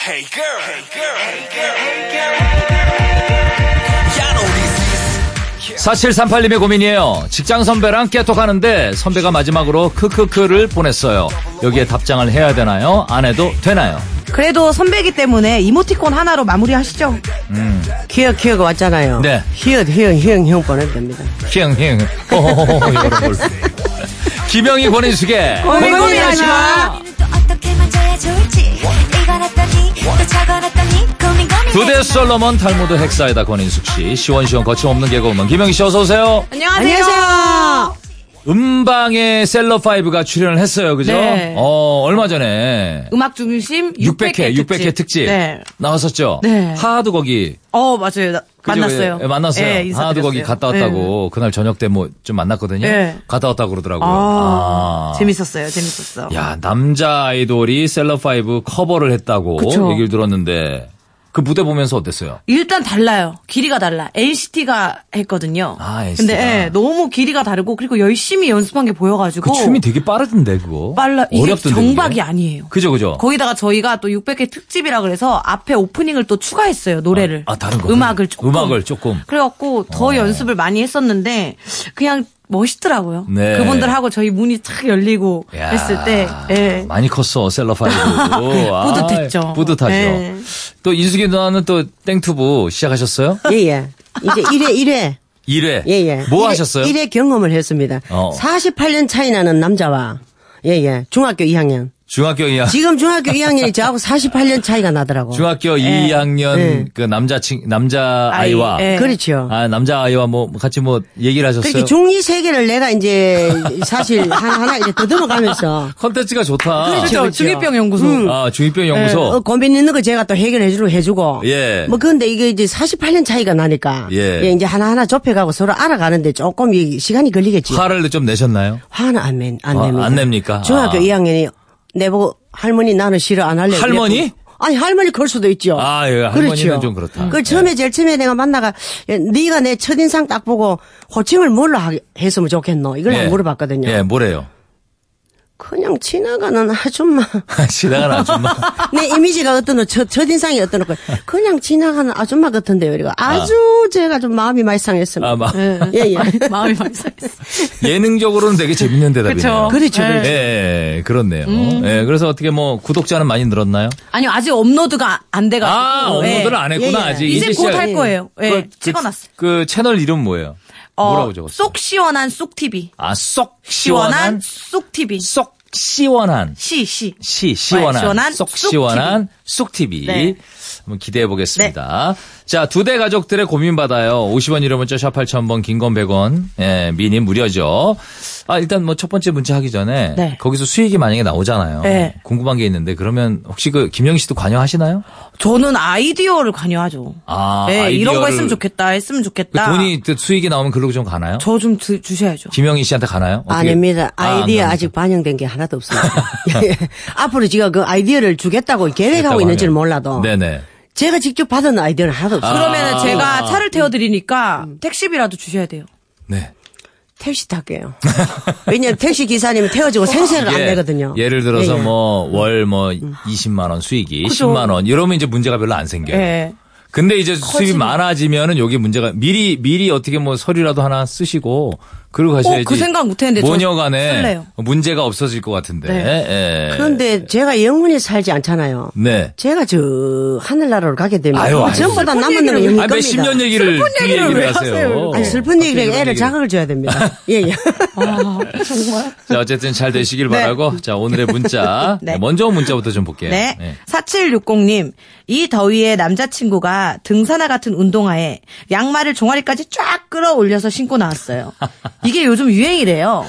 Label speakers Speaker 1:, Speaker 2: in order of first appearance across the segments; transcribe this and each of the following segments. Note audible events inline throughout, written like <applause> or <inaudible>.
Speaker 1: Hey girl, hey girl, hey girl, hey girl, hey girl. 야, 너 우리
Speaker 2: 4738님의 고민이에요. 직장 선배랑 깨톡하는데 선배가 마지막으로 크크크를 보냈어요. 여기에 답장을 해야 되나요? 안 해도 되나요?
Speaker 3: 그래도 선배기 때문에 이모티콘 하나로 마무리하시죠.
Speaker 4: 기억 기억 왔잖아요.
Speaker 2: 네.
Speaker 4: 히읗 히읗 히읗 히읗 보내도 됩니다.
Speaker 2: <laughs> 힝힝. 호호호호 이런 걸. 김영희 권인숙의
Speaker 3: 고민하지 마.
Speaker 5: 고민을 또 어떻게 만져야 좋을지 이건 어떠니 또 저건 어떠니 고민 고민
Speaker 2: 두대 솔로몬 탈무드 핵사이다 권인숙 씨 시원시원 거침없는 개그우먼 김영희 씨 어서 오세요.
Speaker 3: 안녕하세요.
Speaker 2: 음방의 셀럽 5가 출연을 했어요, 그죠?
Speaker 3: 네.
Speaker 2: 어 얼마 전에
Speaker 3: 음악 중심
Speaker 2: 600회
Speaker 3: 600회
Speaker 2: 600회 특집
Speaker 3: 네.
Speaker 2: 나왔었죠.
Speaker 3: 네.
Speaker 2: 하도 거기
Speaker 3: 어, 맞아요. 나-
Speaker 2: 그죠?
Speaker 3: 만났어요.
Speaker 2: 예, 만났어요.
Speaker 3: 예, 인사드렸어요.
Speaker 2: 하도 거기 갔다
Speaker 3: 네.
Speaker 2: 왔다고 그날 저녁 때 뭐 좀 만났거든요.
Speaker 3: 네.
Speaker 2: 갔다 왔다고 그러더라고요.
Speaker 3: 아,
Speaker 2: 아.
Speaker 3: 재밌었어요. 재밌었어.
Speaker 2: 야 남자 아이돌이 셀럽5 커버를 했다고
Speaker 3: 그쵸.
Speaker 2: 얘기를 들었는데 그 무대 보면서 어땠어요?
Speaker 3: 일단 달라요. 길이가 달라. NCT가 했거든요.
Speaker 2: 아, NCT
Speaker 3: 근데
Speaker 2: 가.
Speaker 3: 예, 너무 길이가 다르고 그리고 열심히 연습한 게
Speaker 2: 그
Speaker 3: 보여가지고
Speaker 2: 춤이 되게 빠르던데 그거.
Speaker 3: 빨라 이게
Speaker 2: 어렵던데,
Speaker 3: 정박이
Speaker 2: 그게?
Speaker 3: 아니에요.
Speaker 2: 그죠 그죠.
Speaker 3: 거기다가 저희가 또 600회 특집이라 그래서 앞에 오프닝을 또 추가했어요 노래를.
Speaker 2: 아, 아, 다른 거.
Speaker 3: 음악을 조금.
Speaker 2: 음악을 조금. 어.
Speaker 3: 그래갖고 더 연습을 많이 했었는데 그냥 멋있더라고요.
Speaker 2: 네.
Speaker 3: 그분들하고 저희 문이 탁 열리고
Speaker 2: 야,
Speaker 3: 했을 때. 예. 그
Speaker 2: 많이 컸어
Speaker 3: <laughs>
Speaker 2: 셀럽5. 아,
Speaker 3: 뿌듯했죠.
Speaker 2: 뿌듯하죠.
Speaker 3: 네.
Speaker 2: 또 인숙이 누나는 또 땡투브
Speaker 4: <laughs>
Speaker 2: 시작하셨어요?
Speaker 4: 예예. 이제 1회 1회
Speaker 2: 1회.
Speaker 4: 예예.
Speaker 2: 뭐 하셨어요?
Speaker 4: 1회 경험을 했습니다.
Speaker 2: 어.
Speaker 4: 48년 차이 나는 남자와 예예 중학교 2학년.
Speaker 2: 중학교 2학년.
Speaker 4: 지금 중학교 2학년이 저하고 48년 차이가 나더라고.
Speaker 2: 중학교 2학년
Speaker 4: 예.
Speaker 2: 그 남자 친 남자
Speaker 3: 아이,
Speaker 2: 아이와
Speaker 3: 예.
Speaker 4: 그렇죠.
Speaker 2: 아 남자 아이와 뭐 같이 뭐 얘기를 하셨어요.
Speaker 4: 그렇게 종이 세 개를 내가 이제 사실 하나 하나 이제 더듬어 가면서
Speaker 2: <laughs> 컨텐츠가 좋다.
Speaker 4: 그렇죠.
Speaker 3: 그렇죠. 중이병 연구소.
Speaker 2: 아 중이병
Speaker 4: 어,
Speaker 2: 연구소.
Speaker 4: 고민 있는 거 제가 또 해결해 주고 해주고.
Speaker 2: 예.
Speaker 4: 뭐 근데 이게 이제 48년 차이가 나니까.
Speaker 2: 예.
Speaker 4: 이제 하나하나 좁혀가고 서로 알아가는데 조금 이 시간이 걸리겠지.
Speaker 2: 화를 좀 내셨나요?
Speaker 4: 화는 안, 낸, 안
Speaker 2: 아,
Speaker 4: 냅니다.
Speaker 2: 안 냅니까?
Speaker 4: 중학교
Speaker 2: 아.
Speaker 4: 2학년이 내보고 할머니 나는 싫어 안 할래.
Speaker 2: 할머니?
Speaker 4: 그랬고. 아니 할머니 그럴 수도 있죠.
Speaker 2: 아, 예, 할머니는 좀 그렇다. 예.
Speaker 4: 그 처음에 제일 처음에 내가 만나가 야, 네가 내 첫인상 딱 보고 호칭을 뭘로 하, 했으면 좋겠노 이걸 안 물어봤거든요.
Speaker 2: 예, 뭐래요? <laughs>
Speaker 4: 그냥 지나가는 아줌마. <laughs>
Speaker 2: 지나가는 아줌마.
Speaker 4: 내 이미지가 어떤 첫, 첫인상이 어떤 거 그냥 지나가는 아줌마 같은데요. 이거 아주 제가 좀 마음이 많이 상했습니다.
Speaker 2: 아, 막
Speaker 4: 예, 예.
Speaker 3: <laughs> 마음이 많이 상했어.
Speaker 2: 예능적으로는 되게 재밌는 대답이네요.
Speaker 4: 그렇죠,
Speaker 2: 예,
Speaker 4: 그렇죠.
Speaker 2: 예, 그렇네요.
Speaker 4: 음.
Speaker 2: 예, 그래서 어떻게 뭐 구독자는 많이 늘었나요?
Speaker 3: 아니요 아직 업로드가 안 돼가지고.
Speaker 2: 아,
Speaker 3: 예.
Speaker 2: 업로드를 안 했구나
Speaker 4: 예, 예.
Speaker 2: 아직.
Speaker 3: 이제 곧
Speaker 2: 시작-
Speaker 3: 할 거예요. 예,
Speaker 2: 그- 그-
Speaker 3: 찍어놨어요.
Speaker 2: 그 채널 이름 뭐예요?
Speaker 3: 어,
Speaker 2: 뭐라고 적었어요?
Speaker 3: 쏙 시원한 쏙 TV.
Speaker 2: 아, 쏙 시원한
Speaker 3: 시원한 쏙 TV.
Speaker 2: 쏙 시원한
Speaker 3: 시 시.
Speaker 2: 시 시원한,
Speaker 3: 네, 시원한
Speaker 2: 쏙
Speaker 3: 쑥
Speaker 2: 시원한 쑥 TV
Speaker 3: 네.
Speaker 2: 한번 기대해 보겠습니다. 자, 두 대 가족들의 고민 받아요. 50원 유료 문자 샵 8000번 긴 건 100원. 예, 미니 무료죠. 아, 일단 뭐 첫 번째 문자 하기 전에
Speaker 3: 네.
Speaker 2: 거기서 수익이 만약에 나오잖아요.
Speaker 3: 네.
Speaker 2: 궁금한 게 있는데 그러면 혹시 그 김영희 씨도 관여하시나요?
Speaker 3: 저는 아이디어를 관여하죠.
Speaker 2: 아,
Speaker 3: 네, 이런 거
Speaker 2: 아이디어를-
Speaker 3: 했으면 좋겠다, 했으면
Speaker 2: 그
Speaker 3: 좋겠다.
Speaker 2: 돈이 그 수익이 나오면 글로 좀 가나요?
Speaker 3: 저 좀 주셔야죠.
Speaker 2: 김영희 씨한테 가나요? 어떻게-
Speaker 4: 아닙니다.
Speaker 2: 아, 안
Speaker 4: 아이디어
Speaker 2: 가나요?
Speaker 4: 아직 반영된 게 하나도
Speaker 2: <laughs>
Speaker 4: 없습니다. 예. 앞으로 제가 그 아이디어를 주겠다고 계획하고
Speaker 2: 됐다고
Speaker 4: 있는지는
Speaker 2: 하면.
Speaker 4: 몰라도
Speaker 2: 네네.
Speaker 4: 제가 직접 받은 아이디어는 하나도 없어요.
Speaker 3: 그러면 은 제가
Speaker 2: 아.
Speaker 3: 차를 태워드리니까 택시비라도 주셔야 돼요.
Speaker 2: 네. <laughs>
Speaker 4: 택시 탈게요. 왜냐면 택시 기사님 태워주고 생세를 안
Speaker 2: 예,
Speaker 4: 내거든요.
Speaker 2: 예를 들어서
Speaker 4: 예, 예.
Speaker 2: 뭐 월 뭐 20만 원 수익이
Speaker 3: 음. 그죠.
Speaker 2: 10만 원 이러면 이제 문제가 별로 안 생겨요.
Speaker 3: 예.
Speaker 2: 근데 이제 수입이
Speaker 3: 커지면.
Speaker 2: 많아지면은 여기 문제가 미리 미리 어떻게 뭐 서류라도 하나 쓰시고 그리고 가셔야지.
Speaker 3: 어, 그 생각 못 했는데 저
Speaker 2: 모녀간에
Speaker 3: 설레요. 네.
Speaker 2: 문제가 없어질 것 같은데. 예.
Speaker 4: 그런데 제가 영원히 살지 않잖아요.
Speaker 2: 네.
Speaker 4: 제가 저 하늘나라로 가게 되면
Speaker 2: 아유, 아유.
Speaker 4: 전보다
Speaker 2: 슬픈
Speaker 4: 남은 놈이
Speaker 2: 아,
Speaker 4: 겁니다.
Speaker 2: 몇십 년 얘기를 그
Speaker 3: 얘기를 왜 하세요?
Speaker 4: 아니, 슬픈
Speaker 2: 갑자기
Speaker 4: 얘기를
Speaker 2: 이런
Speaker 4: 애를
Speaker 2: 얘기를.
Speaker 4: 자극을
Speaker 2: <laughs>
Speaker 4: 줘야 됩니다. 예, 예.
Speaker 3: 아,
Speaker 2: 자, 어쨌든 잘
Speaker 3: <laughs>
Speaker 2: 되시길 바라고. 자, 오늘의 문자.
Speaker 3: 네.
Speaker 2: 먼저 온 문자부터 좀 볼게요.
Speaker 3: 네.
Speaker 2: 예.
Speaker 3: 4760님, 이 더위에 남자친구가 등산화 같은 운동화에 양말을 종아리까지 쫙 끌어올려서 신고
Speaker 2: <laughs>
Speaker 3: 나왔어요. 이게 요즘 유행이래요.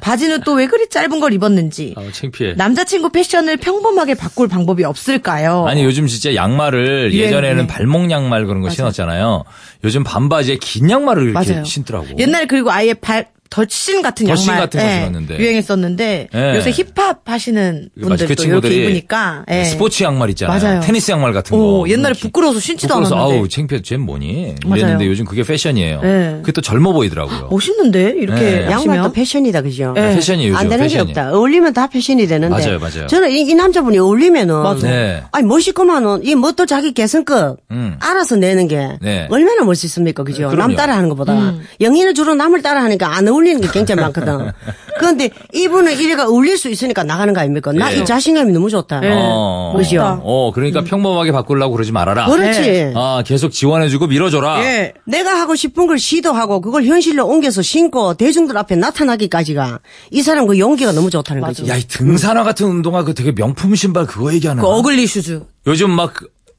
Speaker 3: 바지는 또 왜 그리 짧은 걸 입었는지.
Speaker 2: 아우, 어, 네. 창피해.
Speaker 3: 남자친구 패션을 평범하게 바꿀 방법이 없을까요?
Speaker 2: 아니 요즘 진짜 양말을
Speaker 3: 유행,
Speaker 2: 예전에는
Speaker 3: 네.
Speaker 2: 발목 양말 그런 거 신었잖아요. 요즘 반바지에 긴 양말을 이렇게
Speaker 3: 맞아요.
Speaker 2: 신더라고.
Speaker 3: 옛날에 그리고 아예 발 덧신 같은
Speaker 2: 덧신
Speaker 3: 양말
Speaker 2: 같은 거
Speaker 3: 예,
Speaker 2: 신었는데.
Speaker 3: 유행했었는데
Speaker 2: 예.
Speaker 3: 요새 힙합 하시는
Speaker 2: 그 마치 그
Speaker 3: 분들도 이렇게
Speaker 2: 친구들이 네,
Speaker 3: 입으니까 예.
Speaker 2: 스포츠 양말 있잖아요.
Speaker 3: 맞아요.
Speaker 2: 테니스 양말 같은 거.
Speaker 3: 오, 옛날에 부끄러워서 신지도
Speaker 2: 부끄러워서
Speaker 3: 않았는데
Speaker 2: 아우 창피해 쟤 뭐니?
Speaker 3: 맞아요.
Speaker 2: 이랬는데 요즘 그게 패션이에요.
Speaker 3: 네.
Speaker 2: 그게 또 젊어 보이더라고요.
Speaker 3: 멋있는데 이렇게
Speaker 2: 예.
Speaker 4: 양말도
Speaker 3: 하시면
Speaker 4: 패션이다, 그죠?
Speaker 3: 예.
Speaker 2: 패션이 요즘
Speaker 4: 안 되는 게
Speaker 2: 패션이.
Speaker 4: 없다. 어울리면 다 패션이 되는데.
Speaker 2: 맞아요, 맞아요.
Speaker 4: 저는 이, 이 남자분이 어울리면은.
Speaker 3: 맞아.
Speaker 2: 네.
Speaker 4: 아니, 멋있구만은. 이 뭣도 자기 개성껏
Speaker 2: 음.
Speaker 4: 알아서 내는 게.
Speaker 2: 네.
Speaker 4: 얼마나 멋있습니까, 그죠?
Speaker 2: 그럼요.
Speaker 4: 남 따라 하는 것보다.
Speaker 3: 음.
Speaker 4: 영희는 주로 남을 따라 하니까 안 어울리는 게 굉장히
Speaker 2: <laughs>
Speaker 4: 많거든. 그런데 이분은 이래가 어울릴 수 있으니까 나가는 거 아닙니까? 나 이
Speaker 2: 예.
Speaker 4: 자신감이 너무 좋다.
Speaker 3: 네.
Speaker 2: 어,
Speaker 4: 그죠?
Speaker 2: 어, 그러니까
Speaker 3: 음.
Speaker 2: 평범하게 바꾸려고 그러지 말아라.
Speaker 4: 그렇지.
Speaker 3: 네.
Speaker 2: 아, 계속 지원해주고 밀어줘라.
Speaker 3: 예.
Speaker 4: 내가 하고 싶은 걸 시도하고 그걸 현실로 옮겨서 신고 대중들 앞에 나타나기까지가 이 사람 그 용기가 너무 좋다는 거지.
Speaker 2: 야, 이 등산화 같은 운동화 그 되게 명품 신발 그거 얘기하는
Speaker 3: 그
Speaker 2: 거.
Speaker 3: 어글리 슈즈
Speaker 2: 요즘 막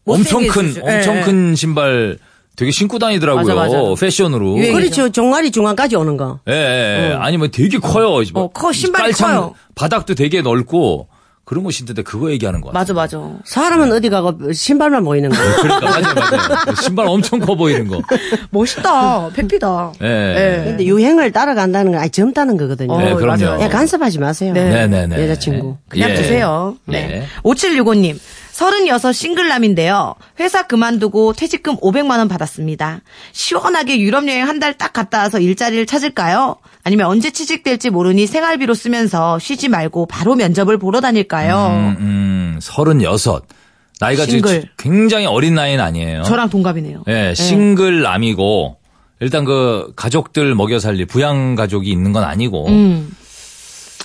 Speaker 2: 엄청
Speaker 3: 못생긴
Speaker 2: 큰,
Speaker 3: 수준.
Speaker 2: 엄청
Speaker 3: 예, 예.
Speaker 2: 큰 신발 되게 신고 다니더라고요.
Speaker 3: 맞아, 맞아.
Speaker 2: 패션으로.
Speaker 3: 유행이죠.
Speaker 4: 그렇죠. 종아리 중간까지 오는 거.
Speaker 2: 예, 예, 예. 아니, 뭐 되게 커요. 뭐
Speaker 3: 어, 커. 신발이
Speaker 2: 깔창,
Speaker 3: 커요.
Speaker 2: 바닥도 되게 넓고 그런 거 신던데 그거 얘기하는 거 같아요.
Speaker 3: 맞아 맞아
Speaker 4: 사람은 어디 가고 신발만 보이는 거.
Speaker 2: 그러니까, 맞아요, 맞아요. 신발 엄청 커 보이는 거.
Speaker 3: <laughs> 멋있다 페피다
Speaker 2: 예.
Speaker 3: 예.
Speaker 4: 근데 유행을 따라간다는 건 아니 젊다는 거거든요.
Speaker 3: 어,
Speaker 2: 네, 그럼요.
Speaker 4: 야, 간섭하지 마세요.
Speaker 2: 네, 네, 네.
Speaker 4: 여자친구.
Speaker 3: 그냥
Speaker 2: 예.
Speaker 3: 두세요. 네.
Speaker 2: 네.
Speaker 3: 5765님. 36 싱글남인데요. 회사 그만두고 퇴직금 500만원 받았습니다. 시원하게 유럽 여행 한 달 딱 갔다 와서 일자리를 찾을까요? 아니면 언제 취직될지 모르니 생활비로 쓰면서 쉬지 말고 바로 면접을 보러 다닐까요?
Speaker 2: 음, 36. 나이가 지금
Speaker 3: 싱글.
Speaker 2: 굉장히 어린 나이는 아니에요.
Speaker 3: 저랑 동갑이네요.
Speaker 2: 예, 싱글 남이고 일단 그 가족들 먹여 살릴 부양 가족이 있는 건 아니고.
Speaker 3: 음.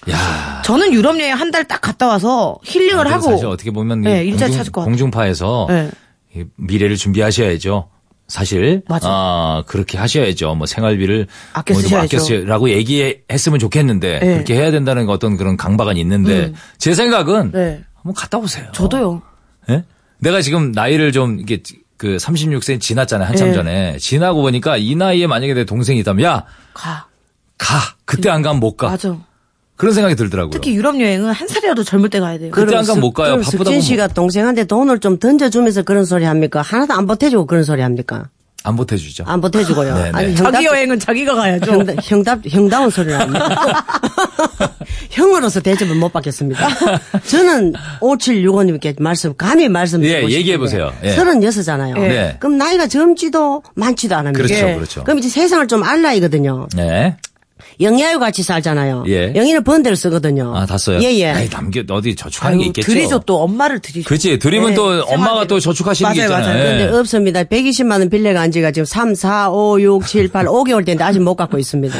Speaker 2: 야.
Speaker 3: 저는 유럽 여행 한 달 딱 갔다 와서 힐링을 하고.
Speaker 2: 사실 어떻게 보면
Speaker 3: 예,
Speaker 2: 이
Speaker 3: 일자리
Speaker 2: 공중-
Speaker 3: 찾을 것 같아요.
Speaker 2: 공중파에서
Speaker 3: 예.
Speaker 2: 이 미래를 준비하셔야죠. 사실
Speaker 3: 맞아.
Speaker 2: 아, 그렇게 하셔야죠. 뭐 생활비를
Speaker 3: 아껴
Speaker 2: 뭐좀
Speaker 3: 쓰셔야죠.
Speaker 2: 아껴 쓰라고 얘기했으면 좋겠는데
Speaker 3: 예.
Speaker 2: 그렇게 해야 된다는 어떤 그런 강박은 있는데 제 생각은
Speaker 3: 네.
Speaker 2: 한번 갔다 오세요.
Speaker 3: 저도요.
Speaker 2: 예? 내가 지금 나이를 좀 이게 그 36세 지났잖아요 한참
Speaker 3: 예.
Speaker 2: 전에 지나고 보니까 이 나이에 만약에 내 동생이 있다면 야 가
Speaker 3: 가.
Speaker 2: 그때 안 가면 못 가
Speaker 3: 맞아.
Speaker 2: 그런 생각이 들더라고요.
Speaker 3: 특히 유럽 여행은 한 살이라도 젊을 때 가야 돼요.
Speaker 2: 그때 안 가면 못 가요.
Speaker 4: 그럼
Speaker 2: 바쁘다고
Speaker 4: 숙진 씨가 동생한테 돈을 좀 던져주면서 그런 소리 합니까? 하나도 안 보태주고 그런 소리 합니까?
Speaker 2: 안 보태주죠.
Speaker 3: 아.
Speaker 4: 안 보태주고요.
Speaker 2: 네, 네.
Speaker 3: 자기 여행은 자기가 가야죠.
Speaker 4: 형답, 형답, 형다운 소리를 합니다. <laughs> 형으로서 대접을 못 받겠습니다. 저는 5765님께 말씀, 감히 말씀드리고
Speaker 2: 예,
Speaker 4: 싶은데
Speaker 2: 얘기해보세요. 예.
Speaker 4: 36이잖아요.
Speaker 2: 네.
Speaker 4: 그럼 나이가 젊지도 많지도 않습니다.
Speaker 2: 그렇죠,
Speaker 3: 예.
Speaker 2: 그렇죠.
Speaker 4: 그럼 이제 세상을 좀 알라이거든요.
Speaker 2: 네.
Speaker 4: 영야유 같이 살잖아요.
Speaker 2: 예.
Speaker 4: 영희는 번데를 쓰거든요.
Speaker 2: 아, 다 써요?
Speaker 4: 예, 예.
Speaker 2: 아이, 남겨, 어디 저축하는 게 있겠죠.
Speaker 3: 드리죠 또 엄마를 드리죠.
Speaker 2: 그렇지. 드리면
Speaker 3: 네,
Speaker 2: 또 엄마가
Speaker 3: 생활비를.
Speaker 2: 또 저축하시는 게
Speaker 3: 맞아요,
Speaker 2: 있잖아요.
Speaker 3: 맞아요.
Speaker 2: 예.
Speaker 4: 근데 없습니다. 120만 원 빌려가 한 지가 지금 3, 4, 5, 6, 7, 8, 5개월 됐는데 아직 못
Speaker 2: <laughs>
Speaker 4: 갖고 있습니다.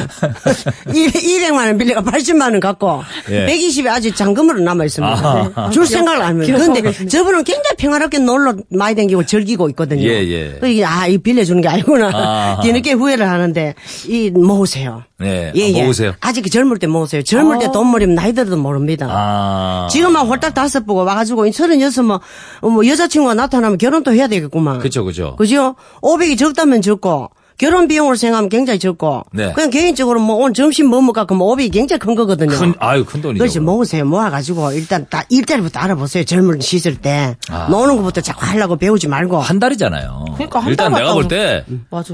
Speaker 4: 200만 원 빌려가 80만 원 갖고
Speaker 2: 예.
Speaker 4: 120이 아직 잔금으로 남아 있습니다. 네.
Speaker 2: 아하.
Speaker 4: 줄 생각을 안 합니다. 근데 저분은 굉장히 평화롭게 놀러 많이 다니고 즐기고 있거든요.
Speaker 2: 예, 예.
Speaker 4: 그래서 이게 아, 이 빌려주는 게 아니구나.
Speaker 2: 아하.
Speaker 4: <laughs> 뒤늦게 후회를 하는데 이 모으세요.
Speaker 2: 예, 모으세요.
Speaker 4: 아직 젊을 때 모으세요. 젊을 때 돈 모으면 나이 들어도 모릅니다.
Speaker 2: 아.
Speaker 4: 지금만 홀딱 다섯 보고 와가지고 이 서른여섯 뭐, 어, 뭐 여자친구가 나타나면 결혼도 해야 되겠구만.
Speaker 2: 그죠, 그죠.
Speaker 4: 그죠? 500이 적다면 적고. 결혼 비용으로 생각하면 굉장히 적고.
Speaker 2: 네.
Speaker 4: 그냥 개인적으로 뭐 오늘 점심 뭐 먹을까 그러면 500이 굉장히 큰 거거든요.
Speaker 2: 큰, 아유, 큰 돈이죠.
Speaker 4: 그렇지
Speaker 3: 뭐.
Speaker 4: 모으세요 모아가지고 일단 다 일자리부터 알아보세요 젊은 시절 때
Speaker 2: 아.
Speaker 4: 노는 것부터 자꾸 하려고 배우지 말고
Speaker 2: 한 달이잖아요.
Speaker 3: 그러니까 한
Speaker 2: 일단
Speaker 3: 달
Speaker 2: 내가
Speaker 3: 갔다 음.
Speaker 2: 볼 때
Speaker 3: 네. 맞아.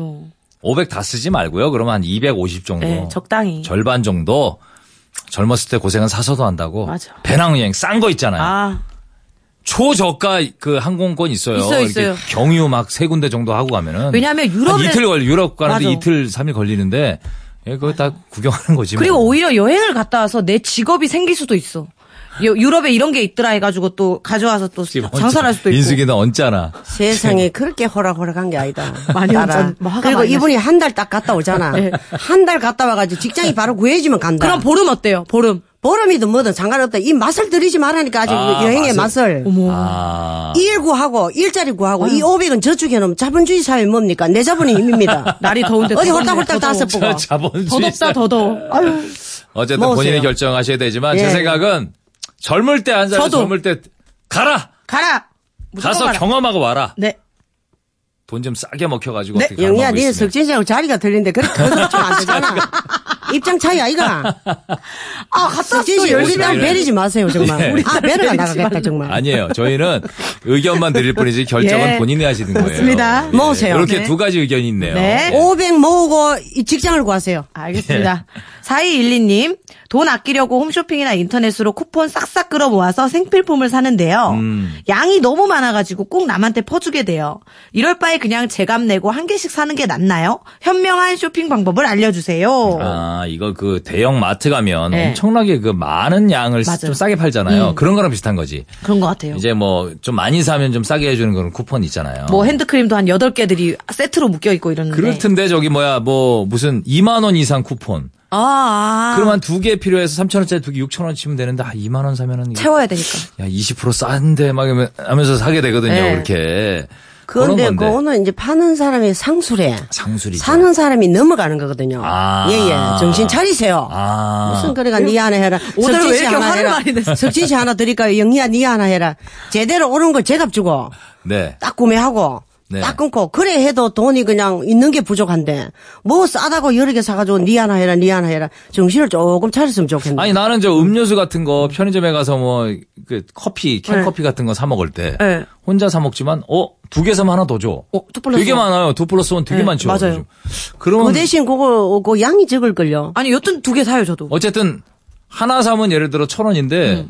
Speaker 2: 500 다 쓰지 말고요. 그러면 한 250 정도.
Speaker 3: 네, 적당히.
Speaker 2: 절반 정도 젊었을 때 고생은 사서도 한다고.
Speaker 3: 맞아.
Speaker 2: 배낭여행 싼 거 있잖아요.
Speaker 3: 아,
Speaker 2: 초저가 그 항공권 있어요.
Speaker 3: 있어요,
Speaker 2: 이렇게
Speaker 3: 있어요.
Speaker 2: 경유 막 세 군데 정도 하고 가면은
Speaker 3: 왜냐하면
Speaker 2: 한
Speaker 3: 유럽에-
Speaker 2: 이틀 걸 유럽 가는데
Speaker 3: 맞아.
Speaker 2: 이틀 삼일 걸리는데 예, 그거 다 구경하는 거지.
Speaker 3: 그리고
Speaker 2: 뭐.
Speaker 3: 오히려 여행을 갔다 와서 내 직업이 생길 수도 있어. 유- 유럽에 이런 게 있더라 해가지고 또 가져와서 또 장사를 할 수도 있고.
Speaker 2: 인숙이나 언짢아.
Speaker 4: 세상에 그렇게 호락호락한 게 아니다.
Speaker 3: 많이
Speaker 4: 따라.
Speaker 3: 완전 뭐 화가
Speaker 4: 그리고
Speaker 3: 많이
Speaker 4: 이분이 한 달 딱 갔다 오잖아. 한 달 갔다 와가지고 직장이 바로 구해지면 간다.
Speaker 3: 그럼 보름 어때요? 보름.
Speaker 4: 보름이든 뭐든 상관없다. 이 맛을 들이지 말라니까 아직
Speaker 2: 아,
Speaker 4: 여행의 맛을.
Speaker 3: 음.
Speaker 2: 아.
Speaker 4: 일 구하고 일자리 구하고 이 500은 저축해놓으면 자본주의 사회 뭡니까? 내 자본이
Speaker 3: <laughs>
Speaker 4: 힘입니다.
Speaker 3: 날이 더운데 더덥네,
Speaker 4: 어디 홀딱홀딱 다
Speaker 3: 더더워.
Speaker 4: 써보고.
Speaker 2: <laughs>
Speaker 3: 더
Speaker 2: 자본주의.
Speaker 3: 덥다 더 더워. 아유.
Speaker 2: 어쨌든
Speaker 4: 먹으세요.
Speaker 2: 본인이 결정하셔야 되지만 제
Speaker 4: 예.
Speaker 2: 생각은 젊을 때 한 살
Speaker 3: 저도.
Speaker 2: 젊을 때 가라.
Speaker 3: 가라. 무조건
Speaker 2: 가서
Speaker 3: 가라.
Speaker 2: 경험하고 와라.
Speaker 3: 네.
Speaker 2: 돈 좀 싸게 먹혀가지고
Speaker 3: 네,
Speaker 2: 어떻게
Speaker 4: 예, 영희야,
Speaker 2: 감당하고
Speaker 4: 니는
Speaker 2: 있으면.
Speaker 4: 석진씨하고 자리가 들리는데 그렇게 그것도 좀안 되잖아. 입장 차이 아이가.
Speaker 3: 아, 갔다 왔어.
Speaker 4: 석진 씨, 우리
Speaker 2: 열심히
Speaker 4: 딸
Speaker 2: 하려고.
Speaker 4: 베리지 마세요, 정말.
Speaker 2: 우리
Speaker 4: 아, 베르가 나가겠다, 정말.
Speaker 2: 아니에요. 저희는 의견만 드릴 뿐이지 결정은
Speaker 3: 예.
Speaker 2: 본인이 하시는 거예요.
Speaker 3: 맞습니다.
Speaker 4: 모으세요.
Speaker 2: 이렇게
Speaker 3: 네.
Speaker 2: 두 가지 의견이 있네요.
Speaker 3: 네.
Speaker 2: 예.
Speaker 4: 500 모으고 이 직장을 구하세요.
Speaker 3: 알겠습니다. 4212님, 돈 아끼려고 홈쇼핑이나 인터넷으로 쿠폰 싹싹 끌어 모아서 생필품을 사는데요.
Speaker 2: 음.
Speaker 3: 양이 너무 많아가지고 꼭 남한테 퍼주게 돼요. 이럴 바에 그냥 제값 내고 한 개씩 사는 게 낫나요? 현명한 쇼핑 방법을 알려주세요.
Speaker 2: 아, 이거 그 대형 마트 가면
Speaker 3: 네.
Speaker 2: 엄청나게 그 많은 양을
Speaker 3: 맞아요. 음.
Speaker 2: 좀 싸게 팔잖아요. 그런 거랑 비슷한 거지.
Speaker 3: 그런 것 같아요.
Speaker 2: 이제 뭐 좀 많이 사면 좀 싸게 해주는 그런 쿠폰 있잖아요.
Speaker 3: 뭐 핸드크림도 네. 한 8개들이 세트로 묶여있고
Speaker 2: 어.
Speaker 3: 이러는데.
Speaker 2: 그럴 텐데 저기 뭐야 뭐 무슨 2만 원 이상 쿠폰.
Speaker 3: 아, 아.
Speaker 2: 그러면 두 개 필요해서 3천 원짜리 두 개 6천 원 치면 되는데 아 2만 원 사면은 이거
Speaker 3: 채워야 되니까.
Speaker 2: 야 20% 싼데 막 이러면- 하면서 사게 되거든요.
Speaker 3: 네.
Speaker 2: 그렇게. 그런
Speaker 4: 그런데
Speaker 2: 건데.
Speaker 4: 그거는 이제 파는 사람의 상술에
Speaker 2: 상술이죠.
Speaker 4: 사는 사람이 넘어가는 거거든요.
Speaker 2: 아.
Speaker 4: 예, 예. 정신 차리세요.
Speaker 2: 아.
Speaker 4: 무슨 그래가 니 하나 해라.
Speaker 3: <laughs> 오늘
Speaker 4: 석진
Speaker 3: 왜
Speaker 4: 씨
Speaker 3: 이렇게
Speaker 4: 하나
Speaker 3: 화를
Speaker 4: 해라.
Speaker 3: 많이 냈어요?
Speaker 4: 석진 씨 하나 드릴까요? 영희야 니 하나 해라. 제대로 오른 걸 제값 주고
Speaker 2: 네.
Speaker 4: 딱 구매하고
Speaker 2: 네.
Speaker 4: 딱 끊고 그래 해도 돈이 그냥 있는 게 부족한데 뭐 싸다고 여러 개 사가지고 니 하나 해라 니 하나 해라 정신을 조금 차렸으면 좋겠네.
Speaker 2: 아니 나는 저 음료수 같은 거 편의점에 가서 뭐 그 커피 캔 커피 같은 거 사 먹을 때
Speaker 3: 네.
Speaker 2: 혼자 사 먹지만 어 두 개 사면 하나 더 줘.
Speaker 3: 어, 두 플러스
Speaker 2: 되게
Speaker 3: 원.
Speaker 2: 많아요. 두 플러스 원 되게
Speaker 3: 네,
Speaker 2: 많죠.
Speaker 3: 맞아요.
Speaker 2: 요즘. 그러면
Speaker 4: 그 대신 그거 그 양이 적을걸요.
Speaker 3: 아니, 여튼 두 개 사요, 저도.
Speaker 2: 어쨌든 하나 사면 예를 들어 천 원인데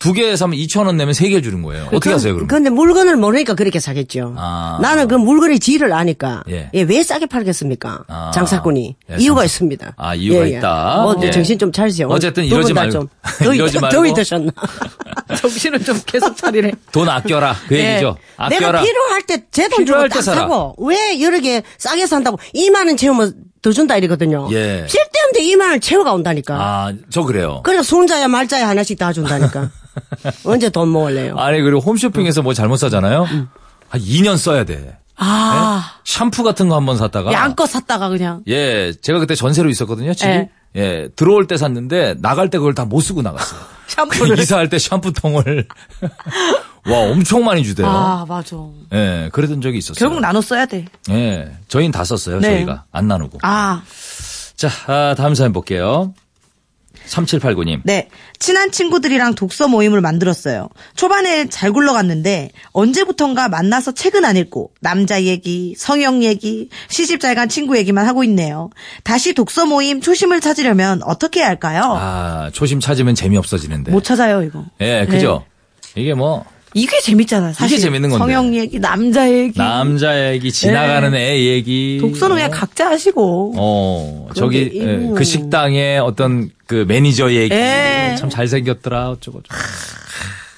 Speaker 2: 두 개 사면 이천 원 내면 세 개 주는 거예요. 어떻게 하세요 그럼?
Speaker 4: 근데 물건을 모르니까 그렇게 사겠죠.
Speaker 2: 아.
Speaker 4: 나는 그 물건의 질을 아니까.
Speaker 2: 예.
Speaker 4: 예. 왜 싸게 팔겠습니까?
Speaker 2: 아.
Speaker 4: 장사꾼이.
Speaker 2: 예,
Speaker 4: 이유가
Speaker 2: 장사-
Speaker 4: 있습니다.
Speaker 2: 아, 이유가 있다.
Speaker 4: 뭐,
Speaker 2: 예.
Speaker 4: 정신 좀 차리세요.
Speaker 2: 어쨌든
Speaker 4: 두분
Speaker 2: 이러지
Speaker 4: 다
Speaker 2: 말고.
Speaker 4: 좀
Speaker 2: <laughs>
Speaker 4: 더위,
Speaker 2: 이러지 말고. <laughs>
Speaker 4: 더위 드셨나?
Speaker 2: 어,
Speaker 3: 정신을 좀 계속 차리래.
Speaker 2: 돈 아껴라 그 얘기죠. 아껴라.
Speaker 4: 네. 예. 내가 필요할 때 제 돈 주고
Speaker 2: 필요할 때
Speaker 4: 딱
Speaker 2: 사라.
Speaker 4: 사고 왜 여러 개 싸게 산다고 2만 원 채우면 더 준다 이러거든요.
Speaker 2: 예.
Speaker 4: 쓸데없는데 2만 원 채워가 온다니까.
Speaker 2: 아저 그래요.
Speaker 4: 그래 손자야 말자야 하나씩 다
Speaker 2: <laughs>
Speaker 4: 준다니까. 언제 돈 모을래요?
Speaker 2: 아니 그리고 홈쇼핑에서 뭐 잘못 사잖아요. 한 2년 써야 돼.
Speaker 3: 아,
Speaker 2: 샴푸 같은 거 한 번 샀다가
Speaker 3: 양껏 샀다가 그냥.
Speaker 2: 예, 제가 그때 전세로 있었거든요, 집이.
Speaker 3: 예.
Speaker 2: 예, 들어올 때 샀는데 나갈 때 그걸 다 못 쓰고
Speaker 3: <laughs>
Speaker 2: 나갔어요.
Speaker 3: 샴푸를.
Speaker 2: 그 이사할 때 샴푸통을 <laughs> 와 엄청 많이 주대요.
Speaker 3: 아, 맞아.
Speaker 2: 예, 그랬던 적이 있었어요.
Speaker 3: 결국 나눠 써야 돼.
Speaker 2: 예, 저희는 다 썼어요.
Speaker 3: 네.
Speaker 2: 저희가 안 나누고.
Speaker 3: 아,
Speaker 2: 자, 아, 다음 사연 볼게요. 3789님.
Speaker 3: 네. 친한 친구들이랑 독서 모임을 만들었어요. 초반에 잘 굴러갔는데 언제부턴가 만나서 책은 안 읽고 남자 얘기, 성형 얘기, 시집 잘 간 친구 얘기만 하고 있네요. 다시 독서 모임 초심을 찾으려면 어떻게 해야 할까요?
Speaker 2: 아, 네. 초심 찾으면 재미없어지는데.
Speaker 3: 못 찾아요, 네. 이거.
Speaker 2: 예, 그죠? 이게 뭐
Speaker 3: 이게 재밌잖아요, 사실.
Speaker 2: 이게 재밌는 건데.
Speaker 3: 성형 얘기, 남자 얘기.
Speaker 2: 남자 얘기, 지나가는 애 얘기.
Speaker 3: 네.
Speaker 2: 뭐.
Speaker 3: 독서는 그냥 각자 하시고.
Speaker 2: 어, 저기, 예,
Speaker 4: 이분-
Speaker 2: 그 식당의 어떤 그 매니저 얘기.
Speaker 3: 예.
Speaker 2: 참 잘생겼더라, 어쩌고저쩌고.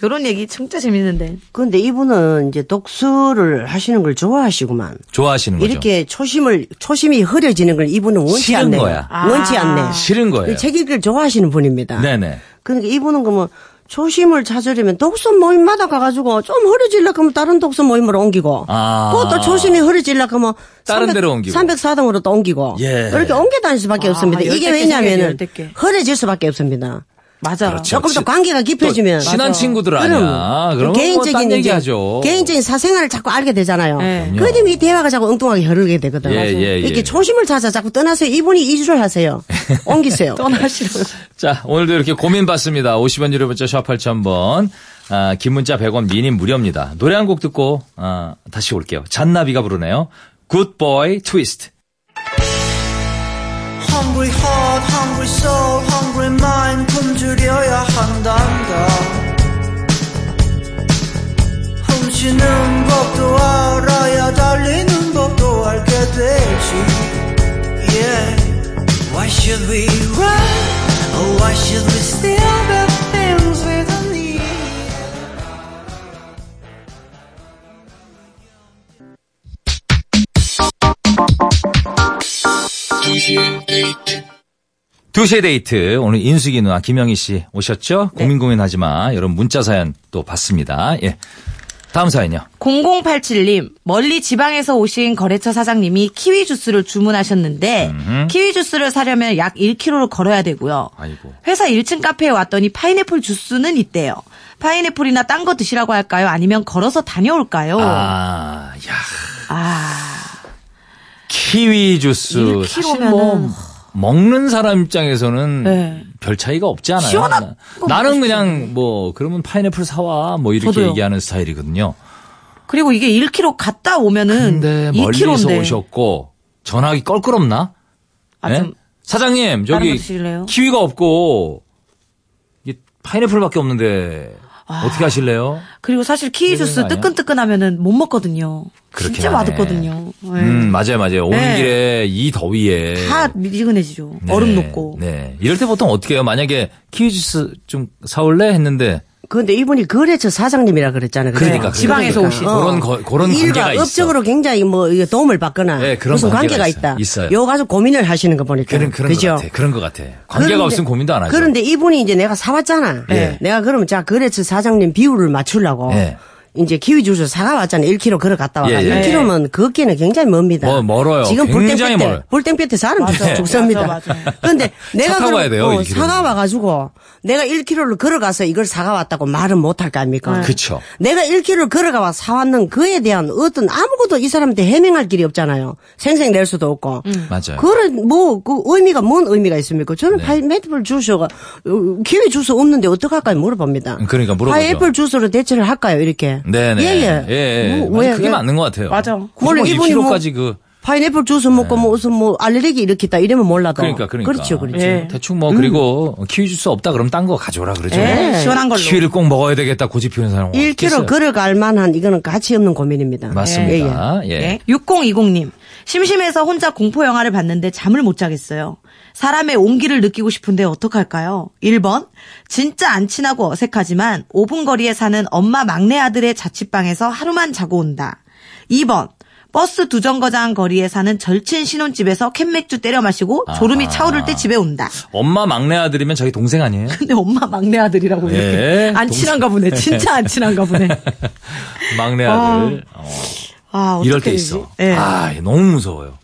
Speaker 3: 이런 얘기 진짜 재밌는데.
Speaker 4: 근데 이분은 이제 독서를 하시는 걸 좋아하시구만.
Speaker 2: 좋아하시는 거죠.
Speaker 4: 이렇게 초심을 초심이 흐려지는 걸 이분은 원치
Speaker 2: 싫은
Speaker 4: 않네.
Speaker 2: 거야.
Speaker 3: 아.
Speaker 4: 원치 않네.
Speaker 2: 싫은 거예요.
Speaker 4: 책 읽기를 좋아하시는 분입니다.
Speaker 2: 네네.
Speaker 4: 그러니까 이분은 그러면 초심을 찾으려면 독서 모임마다 가가지고 좀 흐려질라 그러면 다른 독서 모임으로 옮기고
Speaker 2: 아.
Speaker 4: 그것도 초심이 흐려질라 그러면
Speaker 2: 다른 데로 옮기고.
Speaker 4: 304동으로 또 옮기고
Speaker 2: 예.
Speaker 4: 이렇게 옮겨 다닐 수밖에
Speaker 3: 아,
Speaker 4: 없습니다. 이게
Speaker 3: 열댓 개 생겨요,
Speaker 4: 왜냐면은
Speaker 3: 열댓 개.
Speaker 4: 흐려질 수밖에 없습니다.
Speaker 3: 맞아. <laughs>
Speaker 2: 그렇죠.
Speaker 4: 조금 더
Speaker 2: 친-
Speaker 4: 관계가 깊어지면
Speaker 2: 또 친한
Speaker 3: 맞아.
Speaker 2: 친구들 아니야. 그럼 개인적인 딴
Speaker 4: 이제
Speaker 2: 얘기하죠.
Speaker 4: 개인적인 사생활을 자꾸 알게 되잖아요.
Speaker 3: 네.
Speaker 2: 그럼요.
Speaker 4: 그러면 이 대화가 자꾸 엉뚱하게 흐르게 되거든.
Speaker 2: 예,
Speaker 4: 요
Speaker 2: 맞아요. 예, 예.
Speaker 4: 이렇게 초심을 찾아 자꾸 떠나세요. 이분이 이주를
Speaker 2: <laughs>
Speaker 4: 하세요. 옮기세요.
Speaker 3: 떠나시라고.
Speaker 2: 자, 오늘도 이렇게 고민받습니다. 50원 유료 문자 샵 8000번. 아, 긴 문자 100원 미니 무료입니다. 노래 한 곡 듣고, 아, 다시 올게요. 잔나비가 부르네요. 굿보이 트위스트.
Speaker 6: Hungry heart, hungry soul, hungry mind 품절여야 한단다 훔치는 법도 알아야 달리는 법도 알게 되지 yeah. Why should we run? Or why should we steal the things we don't need?
Speaker 2: 두시의 데이트. 오늘 인숙이 누나 김영희 씨 오셨죠?
Speaker 4: 네.
Speaker 2: 고민 고민하지 마. 여러분 문자 사연 또 받습니다. 예. 다음 사연요.
Speaker 3: 0087님, 멀리 지방에서 오신 거래처 사장님이 키위 주스를 주문하셨는데, 키위 주스를 사려면 약 1km를 걸어야 되고요.
Speaker 2: 아이고.
Speaker 3: 회사 1층 카페에 왔더니 파인애플 주스는 있대요. 파인애플이나 딴 거 드시라고 할까요? 아니면 걸어서 다녀올까요? 아,
Speaker 2: 아,
Speaker 4: 어.
Speaker 2: 야. 키위 주스.
Speaker 3: 1km면.
Speaker 2: 사실 뭐 먹는 사람 입장에서는
Speaker 3: 네.
Speaker 2: 별 차이가 없지 않아요.
Speaker 3: 시원한 거
Speaker 2: 나는
Speaker 3: 먹고
Speaker 2: 그냥 뭐 그러면 파인애플 사와 뭐 이렇게
Speaker 3: 저도요. 음,
Speaker 2: 얘기하는 스타일이거든요.
Speaker 3: 그리고 이게 1km 갔다 오면은
Speaker 2: 근데 멀리서
Speaker 3: 2km인데.
Speaker 2: 오셨고 전화기 껄끄럽나?
Speaker 3: 아,
Speaker 2: 예?
Speaker 3: 좀
Speaker 2: 사장님
Speaker 3: 다른 거
Speaker 2: 저기
Speaker 3: 드실래요?
Speaker 2: 키위가 없고 이게 파인애플밖에 없는데
Speaker 3: 아.
Speaker 2: 어떻게 하실래요?
Speaker 3: 그리고 사실 키위
Speaker 2: 그런
Speaker 3: 주스
Speaker 2: 거 아니야?
Speaker 3: 뜨끈뜨끈하면은 못 먹거든요.
Speaker 2: 그렇긴
Speaker 3: 진짜
Speaker 2: 하네.
Speaker 3: 맛없거든요. 예.
Speaker 2: 음 맞아요 맞아요 오는
Speaker 3: 네.
Speaker 2: 길에 이 더위에
Speaker 3: 다 미지근해지죠.
Speaker 2: 네,
Speaker 3: 얼음 녹고.
Speaker 2: 네 이럴 때 보통 어떻게 해요? 만약에 키위 주스 좀 사올래 했는데
Speaker 4: 근데 이분이 거래처 사장님이라 그랬잖아요. 그죠?
Speaker 2: 그러니까,
Speaker 3: 지방에서
Speaker 4: 그러니까.
Speaker 3: 오신.
Speaker 2: 그런 거- 그런
Speaker 4: 일과
Speaker 2: 관계가 있어.
Speaker 4: 업적으로 굉장히 뭐 이게 도움을 받거나
Speaker 2: 네, 그런
Speaker 4: 무슨
Speaker 2: 관계가
Speaker 4: 관계가,
Speaker 2: 있어요.
Speaker 4: 있다.
Speaker 2: 있어요.
Speaker 4: 요 가서 고민을 하시는 거 보니까
Speaker 2: 그런 그런
Speaker 4: 그죠?
Speaker 2: 것 같아 그런 것 같아 관계가
Speaker 4: 그런데-
Speaker 2: 없으면 고민도 안 하죠.
Speaker 4: 그런데 이분이 이제 내가 사왔잖아. 네.
Speaker 2: 예.
Speaker 4: 내가 그러면 자 거래처 사장님 비율을 맞추려고
Speaker 2: 예.
Speaker 4: 이제 키위 주스 사가 왔잖아. 1kg 걸어갔다 와가
Speaker 2: 예, 예.
Speaker 4: 1kg면 걷기는 굉장히 멉니다.
Speaker 2: 멀- 멀어요.
Speaker 4: 지금
Speaker 2: 굉장히 멀어요.
Speaker 4: 불땡볕에 불땡볕에 사람
Speaker 2: 맞아,
Speaker 4: 다 <laughs> 죽습니다.
Speaker 3: 맞아, 맞아.
Speaker 4: 근데 내가
Speaker 2: 타고
Speaker 4: 그럼-
Speaker 2: 와야 돼요,
Speaker 4: 어,
Speaker 2: 1kg 는.
Speaker 4: 사가 와가지고 내가 1kg를 걸어가서 이걸 사가 왔다고 말은 못 할 거 아닙니까?
Speaker 3: 네.
Speaker 2: 그쵸.
Speaker 4: 내가 1kg를 걸어가 와 사왔는 그에 대한 어떤 아무것도 이 사람한테 해명할 길이 없잖아요. 생색 낼 수도 없고.
Speaker 2: 맞아요. 네.
Speaker 4: 그런 뭐 그 의미가 뭔 의미가 있습니까? 저는 파인애플 주스가 어, 기회 주스 없는데 어떡할까요 물어봅니다.
Speaker 2: 음, 그러니까 물어보죠.
Speaker 4: 파인애플 주스로 대체를 할까요 이렇게?
Speaker 2: 네네
Speaker 4: 예예.
Speaker 2: 예, 예.
Speaker 4: 뭐,
Speaker 2: 맞아,
Speaker 4: 왜,
Speaker 2: 그게
Speaker 4: 왜?
Speaker 2: 맞는 것 같아요.
Speaker 3: 맞아.
Speaker 4: 물론
Speaker 2: 굳이 뭐
Speaker 4: 이분이 뭐
Speaker 2: 2kg까지 그
Speaker 4: 파인애플 주스 먹고 뭐 무슨 뭐 알레르기 일으키다 이러면 몰라도.
Speaker 2: 네. 그러니까 그러니까
Speaker 4: 그렇죠 그렇죠.
Speaker 3: 예.
Speaker 2: 대충 뭐 그리고 키위 주스 없다 그러면 딴 거 가져오라 그러죠.
Speaker 3: 예, 시원한 걸로.
Speaker 2: 키위를 꼭 먹어야 되겠다 고집 피우는 사람
Speaker 4: 1kg 예. 걸어갈 만한 이거는 가치 없는 고민입니다.
Speaker 2: 맞습니다. 예.
Speaker 3: 네. 6020님. 심심해서 혼자 공포 영화를 봤는데 잠을 못 자겠어요. 사람의 온기를 느끼고 싶은데 어떡할까요? 1번. 진짜 안 친하고 어색하지만 5분 거리에 사는 엄마 막내 아들의 자취방에서 하루만 자고 온다. 2번. 버스 두 정거장 거리에 사는 절친 신혼집에서 캔맥주 때려 마시고 졸음이
Speaker 2: 아.
Speaker 3: 차오를 때 집에 온다.
Speaker 2: 엄마 막내 아들이면 자기 동생 아니에요?
Speaker 3: 근데 엄마 막내 아들이라고
Speaker 2: 예.
Speaker 3: 이렇게 안
Speaker 2: 동생.
Speaker 3: 친한가 보네. 진짜 안
Speaker 2: <laughs>
Speaker 3: 친한가 보네.
Speaker 2: 막내 아들. 어,
Speaker 3: 아, 어떻게
Speaker 2: 이럴 때
Speaker 3: 되지?
Speaker 2: 있어.
Speaker 3: 예.
Speaker 2: 아, 너무 무서워요.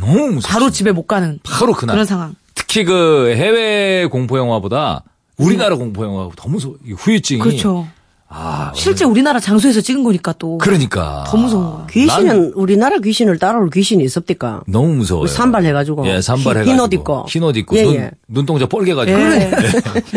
Speaker 2: 너무 무서워.
Speaker 3: 바로 집에 못 가는
Speaker 2: 바로 그날.
Speaker 3: 그런 상황.
Speaker 2: 특히 그 해외 공포 영화보다 우리나라 공포 영화가 더 무서워. 이 후유증이.
Speaker 3: 음. 그렇죠.
Speaker 2: 아,
Speaker 3: 실제 우리나라 장소에서 찍은 거니까 또.
Speaker 2: 그러니까.
Speaker 3: 더 무서운 거야.
Speaker 4: 귀신은
Speaker 2: 난
Speaker 4: 우리나라 귀신을 따라올 귀신이 있었디까?
Speaker 2: 너무 무서워요.
Speaker 4: 뭐 산발해가지고.
Speaker 2: 뭐 예, 산발해가지고.
Speaker 4: 흰옷 입고.
Speaker 2: 흰옷 입고.
Speaker 4: 예,
Speaker 2: 눈,
Speaker 4: 예.
Speaker 2: 눈동자 뻘개가지고. 예.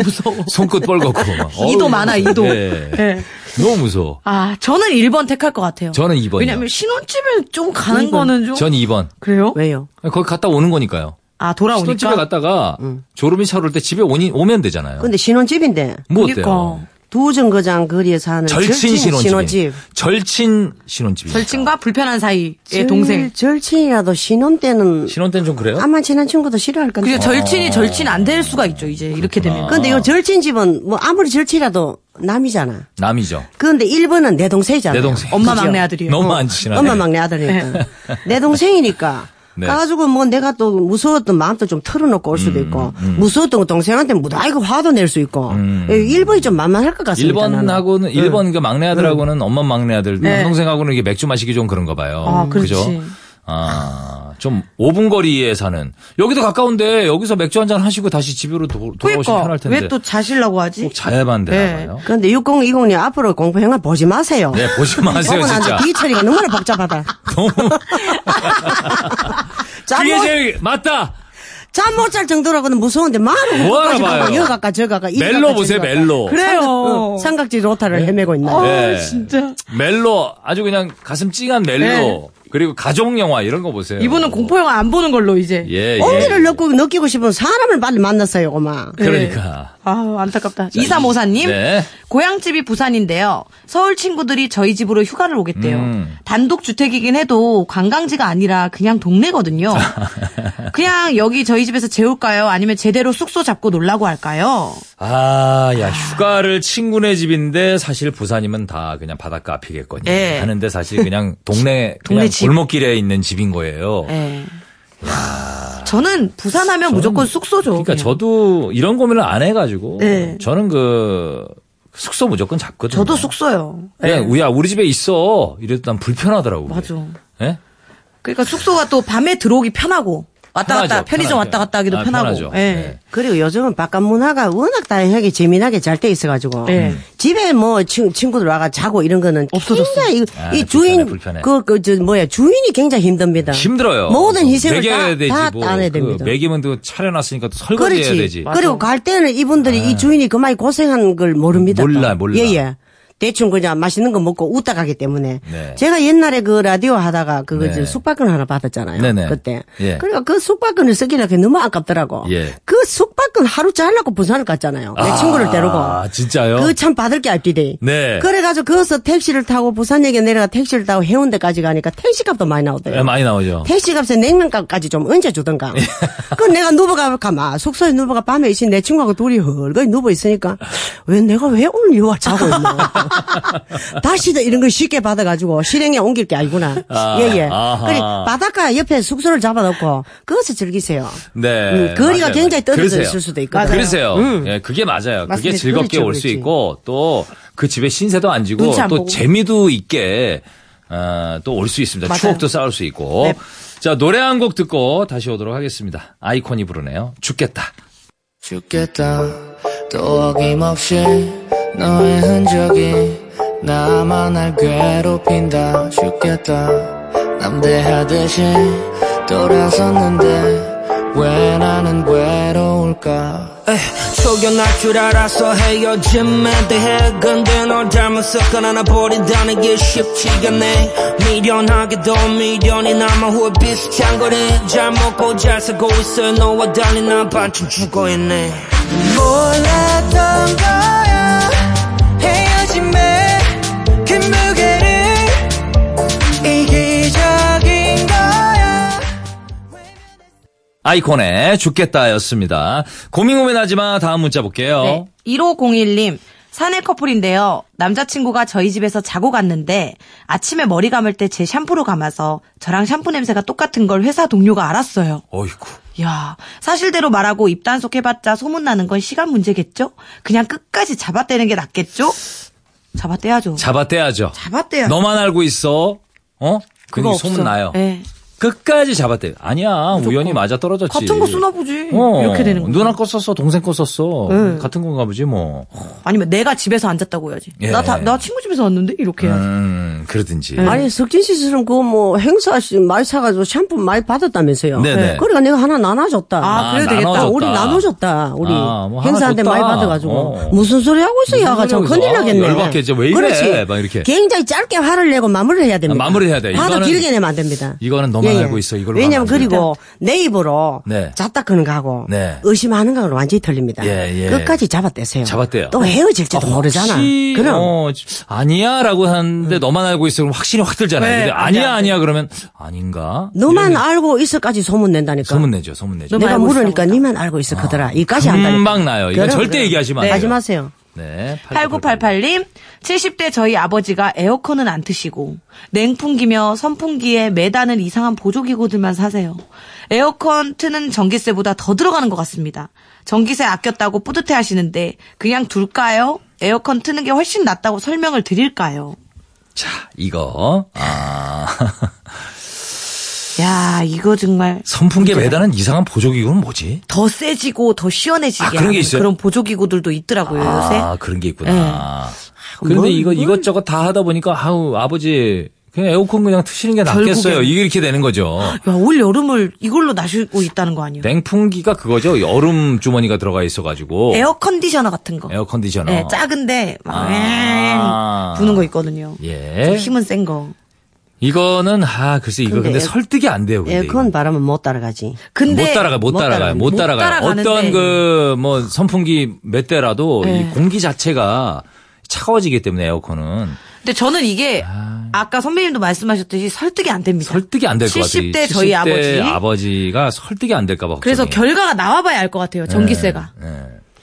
Speaker 3: <laughs> 무서워.
Speaker 2: 손끝 뻘겋고. 막.
Speaker 3: <laughs> 이도
Speaker 2: 어우,
Speaker 3: 많아, 이도.
Speaker 2: 예.
Speaker 3: 예.
Speaker 2: 너무 무서워.
Speaker 3: 아, 저는 1번 택할 것 같아요.
Speaker 2: 저는 2번이요.
Speaker 3: 왜냐면 신혼집을 좀 가는
Speaker 4: 이번.
Speaker 3: 거는 좀.
Speaker 2: 전 2번.
Speaker 3: 그래요?
Speaker 4: 왜요?
Speaker 2: 거기 갔다 오는 거니까요.
Speaker 3: 아, 돌아오니까.
Speaker 2: 신혼집에 갔다가 졸음이 차오를 때 집에 오니, 오면 되잖아요.
Speaker 4: 근데 신혼집인데
Speaker 2: 뭐 어때요?
Speaker 3: 그러니까.
Speaker 4: 두 정거장 거리에 사는
Speaker 2: 절친 신혼집.
Speaker 4: 신혼집.
Speaker 2: 절친 신혼집.
Speaker 3: 절친과 불편한 사이의
Speaker 4: 절-
Speaker 3: 동생.
Speaker 4: 절친이라도 신혼 때는
Speaker 2: 신혼 때는 좀 그래요?
Speaker 4: 암만 친한 친구도 싫어할 건데.
Speaker 2: 아.
Speaker 3: 그리고 절친이 절친 안 될 수가 있죠, 이제. 이렇게 되면.
Speaker 4: 근데 요 절친 집은 뭐 아무리 절친이라도 남이잖아.
Speaker 2: 남이죠.
Speaker 4: 그런데 일본은내 동생이잖아.
Speaker 2: 내 동생.
Speaker 3: 네. 엄마
Speaker 4: 그죠?
Speaker 3: 막내 아들이요.
Speaker 2: 너무 안 친하네.
Speaker 4: 엄마 막내 아들이니까. <laughs> 내 동생이니까.
Speaker 2: 네.
Speaker 4: 가가지고 뭐 내가 또 무서웠던 마음도 좀 털어놓고 올 수도 있고
Speaker 2: 음.
Speaker 4: 무서웠던 거 동생한테 무다이고 화도 낼 수 있고 예, 일본이 좀 만만할 것 같습니다. 나는.
Speaker 2: 1번하고는, 1번 그 막내 아들하고는 엄마 막내 아들,
Speaker 3: 네.
Speaker 2: 동생하고는 이게 맥주 마시기 좀 그런가 봐요.
Speaker 3: 아, 그렇지.
Speaker 2: 그죠? 아, 좀 5분 거리에 사는. 여기도 가까운데 여기서 맥주 한잔 하시고 다시 집으로 도, 돌아오시면
Speaker 3: 그러니까.
Speaker 2: 편할 텐데.
Speaker 3: 왜 또 자시려고 하지?
Speaker 2: 꼭 자야만
Speaker 3: 네.
Speaker 2: 되나봐요.
Speaker 4: 그런데 6020님 앞으로 공포 영화 보지 마세요.
Speaker 2: 네,
Speaker 3: <laughs>
Speaker 2: 보지 마세요,
Speaker 4: 보고
Speaker 2: 진짜.
Speaker 4: 나서 뒤 처리가 너무나 복잡하다.
Speaker 2: <laughs> 너무.
Speaker 4: <laughs> 잠
Speaker 2: 그게
Speaker 3: 뭐-
Speaker 4: 못-
Speaker 2: 제일, 맞다!
Speaker 4: 잠 못 잘 정도라고는 무서운데 말을
Speaker 2: 뭐
Speaker 4: 끝까지
Speaker 2: 알아봐요.
Speaker 4: 가고 여가까 저가까 이리
Speaker 2: 멜로
Speaker 4: 가까
Speaker 2: 보세요,
Speaker 4: 저리 가까.
Speaker 2: 멜로.
Speaker 3: 그래요.
Speaker 4: 어, 삼각지 로타를 헤매고 있나.
Speaker 2: 네.
Speaker 3: 아, 진짜. 네.
Speaker 2: 멜로 아주 그냥 가슴 찡한 멜로 그리고 가족 영화 이런 거 보세요.
Speaker 3: 이분은 공포영화 안 보는 걸로, 이제.
Speaker 2: 예, 예.
Speaker 4: 언니를 넣고 느끼고 싶은 사람을 빨리 만났어요, 고마.
Speaker 2: 그러니까.
Speaker 3: 아 안타깝다. 2354님.
Speaker 2: 네.
Speaker 3: 고향집이 부산인데요. 서울 친구들이 저희 집으로 휴가를 오겠대요.
Speaker 2: 음.
Speaker 3: 단독주택이긴 해도 관광지가 아니라
Speaker 2: <laughs>
Speaker 3: 그냥 동네거든요. 그냥 여기 저희 집에서 재울까요? 아니면 제대로 숙소 잡고 놀라고 할까요?
Speaker 2: 아, 야, 휴가를 친구네 집인데 사실 부산이면 다 그냥 바닷가 앞이겠거니.
Speaker 3: 예.
Speaker 2: 하는데 사실
Speaker 3: <laughs>
Speaker 2: 그냥 동네,
Speaker 3: 동네
Speaker 2: 그냥
Speaker 3: 집.
Speaker 2: 골목길에 있는 집인 거예요.
Speaker 3: 예. 저는 부산하면 무조건 숙소죠.
Speaker 2: 그러니까
Speaker 3: 그냥.
Speaker 2: 저도 이런 고민을 안 해가지고
Speaker 3: 예.
Speaker 2: 저는 그 숙소 무조건 잡거든요.
Speaker 3: 저도 숙소요. 예.
Speaker 2: 그냥 우야 우리 집에 있어 이랬더니 불편하더라고. 그게.
Speaker 3: 맞아.
Speaker 2: 예?
Speaker 3: 그러니까 숙소가 또 밤에 들어오기 편하고 왔다 갔다
Speaker 2: 편하죠,
Speaker 3: 편의점
Speaker 2: 편하죠.
Speaker 3: 왔다 갔다 하기도
Speaker 2: 아,
Speaker 3: 편하고.
Speaker 2: 편하죠.
Speaker 3: 예.
Speaker 2: 네.
Speaker 4: 그리고 요즘은 바깥 문화가 워낙 다양하게 재미나게 잘 돼 있어가지고
Speaker 3: 네.
Speaker 2: 음.
Speaker 4: 집에 뭐 친, 친구들 와가 자고 이런 거는 없어졌어. 굉장히 이,
Speaker 2: 아, 불편해,
Speaker 4: 이 주인
Speaker 2: 불편해.
Speaker 4: 그그저 뭐야 주인이 굉장히 힘듭니다.
Speaker 2: 힘들어요.
Speaker 4: 모든 희생을
Speaker 2: 먹여야 되지
Speaker 4: 다다
Speaker 2: 뭐.
Speaker 4: 안해야
Speaker 2: 그
Speaker 4: 됩니다.
Speaker 2: 먹이면 또 차려놨으니까 또 설거지해야
Speaker 4: 그렇지.
Speaker 2: 되지. 아.
Speaker 4: 그리고 갈 때는 이분들이 이 주인이 그만이 고생한 걸 모릅니다.
Speaker 2: 몰라, 몰라.
Speaker 4: 예, 예. 대충 그냥 맛있는 거 먹고 웃다 가기 때문에.
Speaker 2: 네.
Speaker 4: 제가 옛날에 그 라디오 하다가 그거
Speaker 2: 네.
Speaker 4: 이제 숙박권 하나 받았잖아요.
Speaker 2: 네네.
Speaker 4: 그때.
Speaker 2: 예.
Speaker 4: 그러니까 그 숙박권을 쓰기로 게 너무 아깝더라고.
Speaker 2: 예.
Speaker 4: 그 숙박권 하루 잘라고 부산을 갔잖아요. 내 친구를 데리고.
Speaker 2: 아, 진짜요?
Speaker 4: 그 참 받을 게 알띠데.
Speaker 2: 네.
Speaker 4: 그래가지고 거기서 택시를 타고 부산역에 내려가 택시를 타고 해운대까지 가니까 택시값도 많이 나오더라고요.
Speaker 2: 예, 많이 나오죠. 예.
Speaker 4: 택시값에 냉면값까지 좀 얹어주던가. 그 내가 누워가 가마 숙소에 누워가 밤에 있으니 내 친구하고 둘이 헐거이 누워 있으니까 왜 내가 왜 오늘 이와 자고 있나.
Speaker 2: <laughs>
Speaker 4: 다시도 이런 걸 쉽게 받아가지고 실행에 옮길 게 아니구나.
Speaker 2: 아,
Speaker 4: 예예.
Speaker 2: 아하.
Speaker 4: 그리 바닷가 옆에 숙소를 잡아놓고 그것을 즐기세요.
Speaker 2: 네.
Speaker 4: 음, 거리가
Speaker 2: 맞아요.
Speaker 4: 굉장히 떨어져
Speaker 2: 그러세요.
Speaker 4: 있을 수도 있거든요. 음.
Speaker 2: 그러세요. 예, 그게 맞아요. 그게
Speaker 4: 맞습니다.
Speaker 2: 즐겁게
Speaker 4: 그렇죠,
Speaker 2: 올 수
Speaker 4: 그렇지.
Speaker 2: 있고 또 그 집에 신세도 안 지고
Speaker 3: 눈치 안
Speaker 2: 또
Speaker 3: 보고.
Speaker 2: 재미도 있게 어, 또 올 수 있습니다.
Speaker 3: 맞아요.
Speaker 2: 추억도 쌓을 수 있고.
Speaker 3: 네.
Speaker 2: 자, 노래 한 곡 듣고 다시 오도록 하겠습니다. 아이콘이 부르네요. 죽겠다.
Speaker 7: 죽겠다 또 어김없이 너의 흔적이 나만 날 괴롭힌다 죽겠다 남대하듯이 돌아섰는데 왜 나는 괴로울까
Speaker 6: 속여날 줄 알아서 헤어짐에 대해 근데 널 닮아서 끊어나 버린다는 게 쉽지가 네 미련하게도 미련이 남아 후회 비슷한 거리 잘 먹고 잘 살고 있어 너와 달리 난 반쯤 죽어있네 몰랐던 거야 헤어짐에 그 무게를 이기적인 거야
Speaker 2: 아이콘의 죽겠다였습니다. 고민 고민하지마 다음 문자 볼게요.
Speaker 3: 네. 1501님. 사내 커플인데요. 남자친구가 저희 집에서 자고 갔는데 아침에 머리 감을 때 제 샴푸로 감아서 저랑 샴푸 냄새가 똑같은 걸 회사 동료가 알았어요.
Speaker 2: 어이구.
Speaker 3: 야, 사실대로 말하고 입단속 해봤자 소문나는 건 시간 문제겠죠? 그냥 끝까지 잡아떼는 게 낫겠죠? 잡아떼야죠.
Speaker 2: 잡아떼야죠.
Speaker 3: 잡아떼야죠.
Speaker 2: 너만 알고 있어. 어?
Speaker 3: 그거
Speaker 2: 그게
Speaker 3: 없어.
Speaker 2: 소문나요.
Speaker 4: 네.
Speaker 3: 예.
Speaker 2: 끝까지 잡았대. 아니야, 우연히 맞아 떨어졌지.
Speaker 3: 같은 거 쓰나 보지. 이렇게 되는 네. 거구나.
Speaker 2: 누나 거 어. 썼어, 동생 거 썼어. 같은 건가 보지, 뭐.
Speaker 3: 아니면 내가 집에서 앉았다고 해야지.
Speaker 2: 예.
Speaker 3: 나, 다, 나 친구 집에서 왔는데? 이렇게 해야지.
Speaker 2: 음, 그러든지.
Speaker 3: 네.
Speaker 4: 아니 석진 씨 스스로 그뭐 행사 씨 많이 사가지고 샴푸 많이 받았다면서요.
Speaker 2: 네네.
Speaker 4: 그러니까 내가 하나 나눠줬다.
Speaker 3: 아, 그래도 되겠다.
Speaker 2: 나눠줬다.
Speaker 4: 우리 나눠줬다. 우리
Speaker 2: 아, 뭐 하나
Speaker 4: 행사한테
Speaker 2: 줬다.
Speaker 4: 많이 받아가지고
Speaker 2: 어.
Speaker 4: 무슨 소리 하고 있어?
Speaker 2: 무슨
Speaker 4: 야가 참
Speaker 2: 소리 하고 있어?
Speaker 4: 큰일 나겠네.
Speaker 2: 아, 열받게 이제 왜 이래?
Speaker 4: 그렇지.
Speaker 2: 막 이렇게.
Speaker 4: 굉장히 짧게 화를 내고 마무리를 해야 됩니다.
Speaker 2: 아, 마무리해야 돼.
Speaker 4: 화도
Speaker 2: 이거는-
Speaker 4: 길게 내면 안 됩니다. 예,
Speaker 2: 이거는 너만 알고 있어. 이걸로
Speaker 4: 왜냐면
Speaker 2: 하면 안 돼.
Speaker 4: 그리고 내 입으로
Speaker 2: 네.
Speaker 4: 잡다 크는 거하고
Speaker 2: 네.
Speaker 4: 의심하는 거하고 완전히 틀립니다.
Speaker 2: 예, 예.
Speaker 4: 끝까지 잡아떼세요.
Speaker 2: 잡아떼요.
Speaker 4: 또 헤어질지도
Speaker 2: 아,
Speaker 4: 모르잖아.
Speaker 2: 혹시,
Speaker 4: 그럼.
Speaker 2: 어, 아니야, 라고 하는데 너만 알고 있어. 그럼 확신이 확 들잖아요.
Speaker 3: 네,
Speaker 2: 근데
Speaker 3: 안 돼,
Speaker 2: 아니야,
Speaker 3: 안 돼.
Speaker 2: 아니야, 그러면 아닌가?
Speaker 4: 너만 알고 있어까지 소문 낸다니까.
Speaker 2: 예. 소문내죠, 소문내죠.
Speaker 4: 내가
Speaker 3: 알고
Speaker 4: 물으니까
Speaker 3: 있어.
Speaker 4: 니만 알고 있어 그더라. 이까지 한다.
Speaker 2: 금방 나요. 이건 절대 얘기하시면 안 돼요.
Speaker 4: 하지 마세요.
Speaker 2: 네.
Speaker 3: 8988님, 70대 저희 아버지가 에어컨은 안 트시고, 냉풍기며 선풍기에 매다는 이상한 보조기구들만 사세요. 에어컨 트는 전기세보다 더 들어가는 것 같습니다. 전기세 아꼈다고 뿌듯해 하시는데, 그냥 둘까요? 에어컨 트는 게 훨씬 낫다고 설명을 드릴까요?
Speaker 2: 자, 이거. 아. <laughs>
Speaker 3: 야, 이거 정말
Speaker 2: 선풍기에
Speaker 3: 그러니까.
Speaker 2: 매다는 이상한 보조기구는 뭐지?
Speaker 3: 더 세지고 더 시원해지게
Speaker 2: 아, 그런 게
Speaker 3: 하는
Speaker 2: 있어요?
Speaker 3: 그런 보조기구들도 있더라고요, 요새.
Speaker 2: 아, 그런 게
Speaker 3: 예.
Speaker 2: 있구나. 그런데 이거 이것저것 다 하다 보니까 아우 아버지 그냥 에어컨 그냥 트시는 게 낫겠어요.
Speaker 3: 결국엔-
Speaker 2: 이게 이렇게 되는 거죠.
Speaker 3: 야, 올 여름을 이걸로 나시고 있다는 거 아니에요?
Speaker 2: 냉풍기가 그거죠. 여름 주머니가 들어가 있어가지고
Speaker 3: 에어컨디셔너 같은 거.
Speaker 2: 에어컨디셔너.
Speaker 3: 네, 작은데 막
Speaker 2: 아.
Speaker 3: 엥 부는 거 있거든요. 좀
Speaker 2: 예.
Speaker 3: 힘은 센 거.
Speaker 2: 이거는 아 글쎄 이거 근데,
Speaker 4: 근데 에-
Speaker 2: 설득이 안 돼요. 근데
Speaker 4: 에어컨 예, 바람은 못 따라가지.
Speaker 3: 근데
Speaker 2: 못 따라가 요못
Speaker 4: 못
Speaker 2: 따라가요 못
Speaker 3: 따라가요. 못
Speaker 2: 따라가요
Speaker 3: 따라가는데.
Speaker 2: 어떤 그 뭐 선풍기 몇 대라도
Speaker 3: 예.
Speaker 2: 이 공기 자체가 차가워지기 때문에 에어컨은
Speaker 3: 근데 저는 이게 아까 선배님도 말씀하셨듯이 설득이 안 됩니다.
Speaker 2: 설득이 안 될 것 같아요.
Speaker 3: 70대 저희 아버지.
Speaker 2: 가 설득이 안 될까 봐.
Speaker 3: 그래서
Speaker 2: 걱정이에요.
Speaker 3: 결과가 나와봐야 알 것
Speaker 2: 네,
Speaker 3: 같아요. 전기세가
Speaker 2: 예.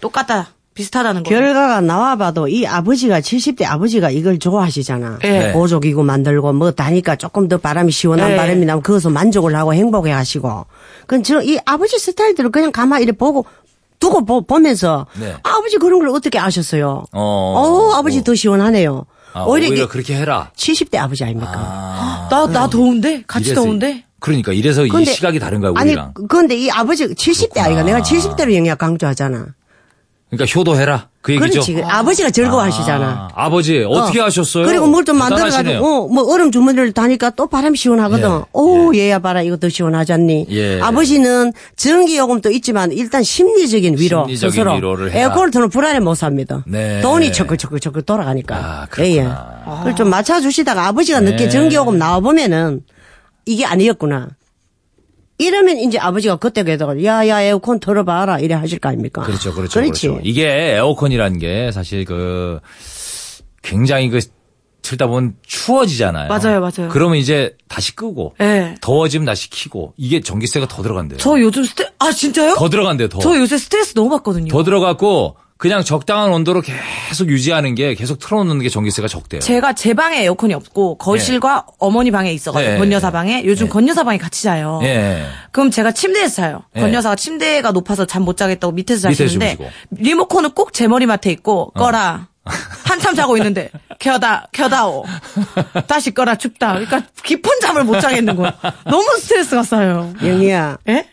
Speaker 3: 똑같다, 비슷하다는 거.
Speaker 4: 결과가 나와봐도 이 아버지가 70대 아버지가 이걸 좋아하시잖아.
Speaker 3: 예.
Speaker 2: 네.
Speaker 4: 보조기구 만들고 뭐 다니까 조금 더 바람이 시원한
Speaker 3: 예.
Speaker 4: 바람이 나면 그것을 만족을 하고 행복해 하시고. 그저이 아버지 스타일대로 그냥 가만히 이렇게 보고 두고 보, 면서
Speaker 2: 네.
Speaker 4: 아버지 그런 걸 어떻게 아셨어요?
Speaker 2: 어,
Speaker 4: 어우, 아버지
Speaker 2: 뭐.
Speaker 4: 더 시원하네요.
Speaker 2: 아, 오히려
Speaker 4: 오히려, 이게
Speaker 2: 그렇게 해라.
Speaker 4: 70대 아버지 아닙니까?
Speaker 2: 아,
Speaker 3: 나나 더운데 같이
Speaker 2: 이래서
Speaker 3: 더운데
Speaker 2: 그러니까 이래서 이
Speaker 4: 근데-
Speaker 2: 시각이 다른 거야
Speaker 4: 아니,
Speaker 2: 우리랑.
Speaker 4: 그런데 이 아버지 70대 아이가 내가 70대로 영양 강조하잖아.
Speaker 2: 그러니까 효도해라 그 얘기죠.
Speaker 4: 그렇지. 아버지가 즐거워하시잖아.
Speaker 2: 아, 버지 어떻게
Speaker 4: 어.
Speaker 2: 하셨어요?
Speaker 4: 그리고 뭘 좀
Speaker 2: 대단하시네요.
Speaker 4: 만들어가지고, 어, 뭐 얼음 주머니를 다니까 또 바람 시원하거든.
Speaker 2: 예.
Speaker 4: 오, 얘야 봐라. 이거 더 시원하지 않니?
Speaker 2: 예.
Speaker 4: 아버지는 전기요금도 있지만 일단 심리적인 위로.
Speaker 2: 심리적인
Speaker 4: 스스로.
Speaker 2: 위로를 해라.
Speaker 4: 에어컨을 틀면 불안해 못 삽니다.
Speaker 2: 네.
Speaker 4: 돈이 저글저글저글 돌아가니까. 예,
Speaker 2: 아, 그렇구나.
Speaker 4: 그걸 좀 맞춰주시다가 아버지가 늦게
Speaker 2: 네.
Speaker 4: 전기요금 나와보면은 이게 아니었구나. 이러면 이제 아버지가 그때 그래도 야야 에어컨 틀어봐라 이래 하실 거 아닙니까?
Speaker 2: 그렇죠, 그렇죠,
Speaker 4: 그렇지.
Speaker 2: 그렇죠. 이게 에어컨이라는 게 사실 그 굉장히 그 틀다 보면 추워지잖아요.
Speaker 3: 맞아요, 맞아요.
Speaker 2: 그러면 이제 다시 끄고
Speaker 3: 예.
Speaker 2: 더워지면 다시 켜고 이게 전기세가 더 들어간대요.
Speaker 3: 저 요즘 스트레스, 아, 진짜요?
Speaker 2: 더 들어간대요, 더.
Speaker 3: 저 요새 스트레스 너무 받거든요.
Speaker 2: 더 들어갔고 그냥 적당한 온도로 계속 유지하는 게 계속 틀어놓는 게 전기세가 적대요.
Speaker 3: 제가 제 방에 에어컨이 없고 거실과
Speaker 2: 네.
Speaker 3: 어머니 방에 있어가지고
Speaker 2: 예,
Speaker 3: 건여사
Speaker 2: 예.
Speaker 3: 방에 요즘 건여사 방에 같이 자요.
Speaker 2: 예.
Speaker 3: 그럼 제가 침대에서 자요.
Speaker 2: 예.
Speaker 3: 건여사가 침대가 높아서 잠 못 자겠다고 밑에서
Speaker 2: 밑에서
Speaker 3: 자시는데
Speaker 2: 주무시고. 어.
Speaker 3: 리모컨은 꼭 제 머리맡에 있고 꺼라. 한참
Speaker 2: <laughs>
Speaker 3: 자고 있는데 켜다 켜다오 다시 꺼라 춥다. 그러니까 깊은 잠을 못 자겠는 거야. 너무 스트레스가 쌓여요.
Speaker 4: 영희야.
Speaker 3: 예?